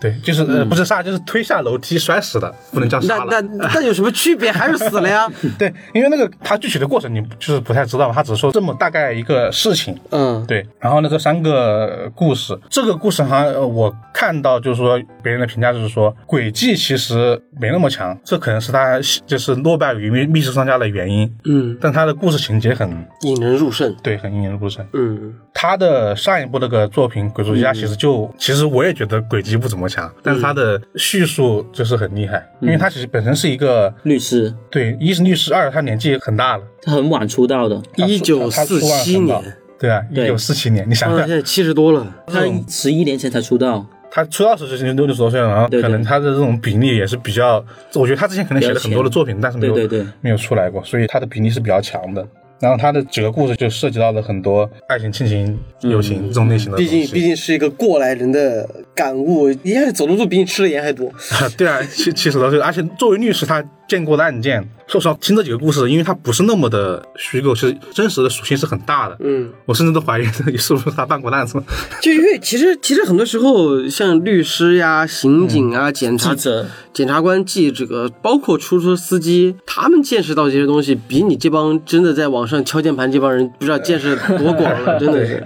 S3: 对，就是、呃、不是杀，就是推下楼梯摔死的，不能叫杀
S2: 嗯那
S3: 了。
S2: 那那有什么区别？还是死了呀？
S3: 对，因为那个他具体的过程你就是不太知道嘛，他只是说这么大概一个事情，
S2: 嗯，
S3: 对，然后呢，这三个故事，这个故事好像呃我看到就是说别人的评价就是说轨迹其实没那么强，这可能是他就是诺贝尔与密密室商家的原因。
S2: 嗯，
S3: 但他的故事情节很
S2: 引人入胜。
S3: 对，很引人入胜。
S2: 嗯
S3: 他的上一部那个作品《鬼畜之家》其实就、其实我也觉得轨迹不怎么强，但是他的叙述就是很厉害，因为他其实本身是一个
S5: 律师，
S3: 对一是律师，二他年纪很大了，
S5: 他很晚出道的，
S3: 他出
S2: 1947
S3: 他出版很早
S2: 年
S3: 对啊，一
S5: 对
S3: 九四七年，你想
S2: 当然
S3: 想
S2: 啊现，在七十多了，
S5: 他十一年前才出道，
S3: 他出道时就是六十多岁了，然后
S5: 对对
S3: 可能他的这种比例也是比较，我觉得他之前可能写了很多的作品，但是没
S5: 对
S3: 有
S5: 对对，
S3: 没有出来过，所以他的比例是比较强的。然后他的整个故事就涉及到了很多爱情、亲情、友情这种类型的东
S2: 毕
S3: 西。
S2: 竟毕竟是一个过来人的感悟，一开始走的路比你吃的盐还多。
S3: 啊， 对啊，七七十多岁，而且作为律师，他见过的案件，说实话，听这几个故事，因为他不是那么的虚构，是真实的属性是很大的。
S2: 嗯，
S3: 我甚至都怀疑 这是不是他办过案子。
S2: 就因为其实其实很多时候，像律师呀、刑警啊、检察
S5: 记者
S2: 检察官、记者，包括出租车司机，他们见识到这些东西，比你这帮真的在网上敲键盘这帮人不知道见识多广 了，真的是。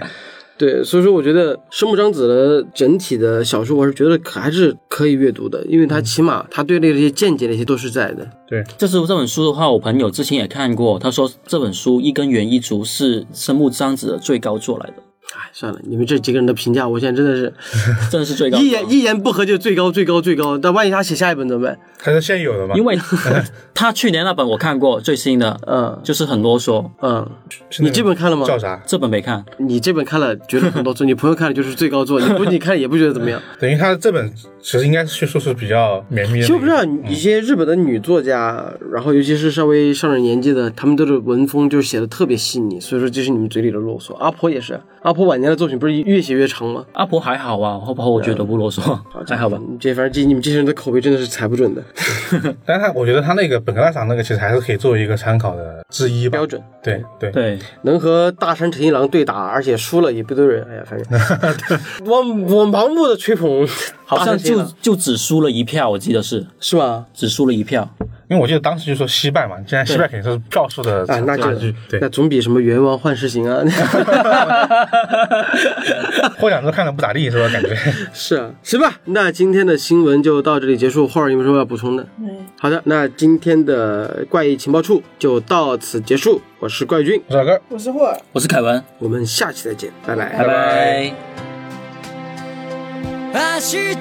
S2: 对，所以说我觉得生木章子的整体的小说，我是觉得可还是可以阅读的，因为他起码他对那些见解那些都是在的。
S3: 对，
S5: 就是这本书的话，我朋友之前也看过，他说这本书《一根源一竹》是生木章子的最高作来的，
S2: 哎，算了，你们这几个人的评价，我现在真的是
S5: 真的是
S3: 嗯
S5: 最高作。
S2: 一言一言不合就最高最高最高，但万一他写下一本怎么办？
S3: 他是现有的嘛？
S5: 因为他去年那本我看过最新的，
S2: 嗯
S5: 就是很啰嗦，
S2: 嗯，
S3: 是那个
S2: 你这本看了吗
S3: 叫啥？
S5: 这本没看。
S2: 你这本看了觉得很多错，你朋友看了就是最高作，你不你看了也不觉得怎么样。
S3: 等于他这本其实应该是叙述是比较绵密
S2: 其
S3: 的。
S2: 实我不知道一些日本的女作家，然后尤其是稍微上点年纪的，她们都是文风就是写的特别细腻，所以说这是你们嘴里的啰嗦。阿婆也是，阿婆晚年的作品不是越写越长吗？
S5: 阿婆还好啊，阿婆我觉得不啰嗦，还好吧。
S2: 你这反正这你们这些人的口碑真的是踩不准的
S3: 但是他我觉得他那个本科大赏那个其实还是可以作为一个参考的之一吧。
S2: 标准，
S3: 对对
S5: 对，
S2: 能和大山诚一郎对打，而且输了也不对人，哎呀，反正 我我盲目的吹捧，
S5: 好像
S2: 大山诚一
S5: 就
S2: 郎
S5: 就只输了一票，我记得是
S2: 是吧？
S5: 只输了一票。
S3: 因为我记得当时就说惜败嘛，现在惜败肯定是票数的
S2: 啊，那
S3: 差
S2: 就
S3: 距。对
S2: 那，总比什么猿王幻视行啊，
S3: 获奖之后看着不咋地，是 吧？感觉
S2: 是啊，行吧，那今天的新闻就到这里结束。后儿有没有什么要补充的？
S4: 嗯，
S2: 好的，那今天的怪异情报处就到此结束。我是怪君，
S3: 我是老哥，
S4: 我是霍尔。
S5: 我是凯文，
S2: 我们下期再见，拜拜。
S5: 拜拜
S7: 明日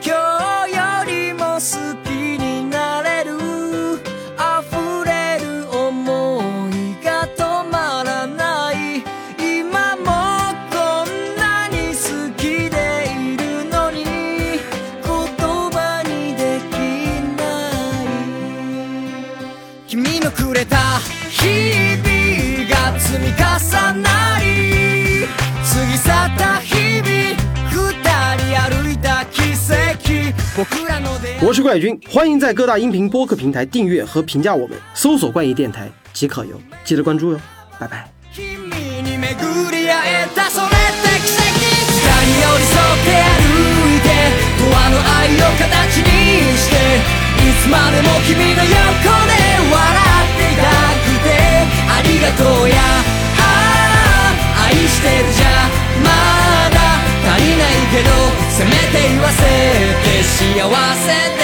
S7: 今日よりも好きになれる溢れる想いが止まらない今もこんなに好きでいるのに言葉にできない君のくれた日々が積み重なり過ぎ去った日々二人歩いた奇跡僕らの出会い
S2: 我是怪君，欢迎在各大音频播客平台订阅和评价我们，搜索“怪异电台”即可哟，记得关注哟，拜拜。
S7: 君に巡り会えたそれって奇跡下に寄り添って歩いて永遠の愛を形にしていつまでも君の横で笑っていたくてありがとうやああ愛してるじゃまだ足りないけどせめて言わせて幸せで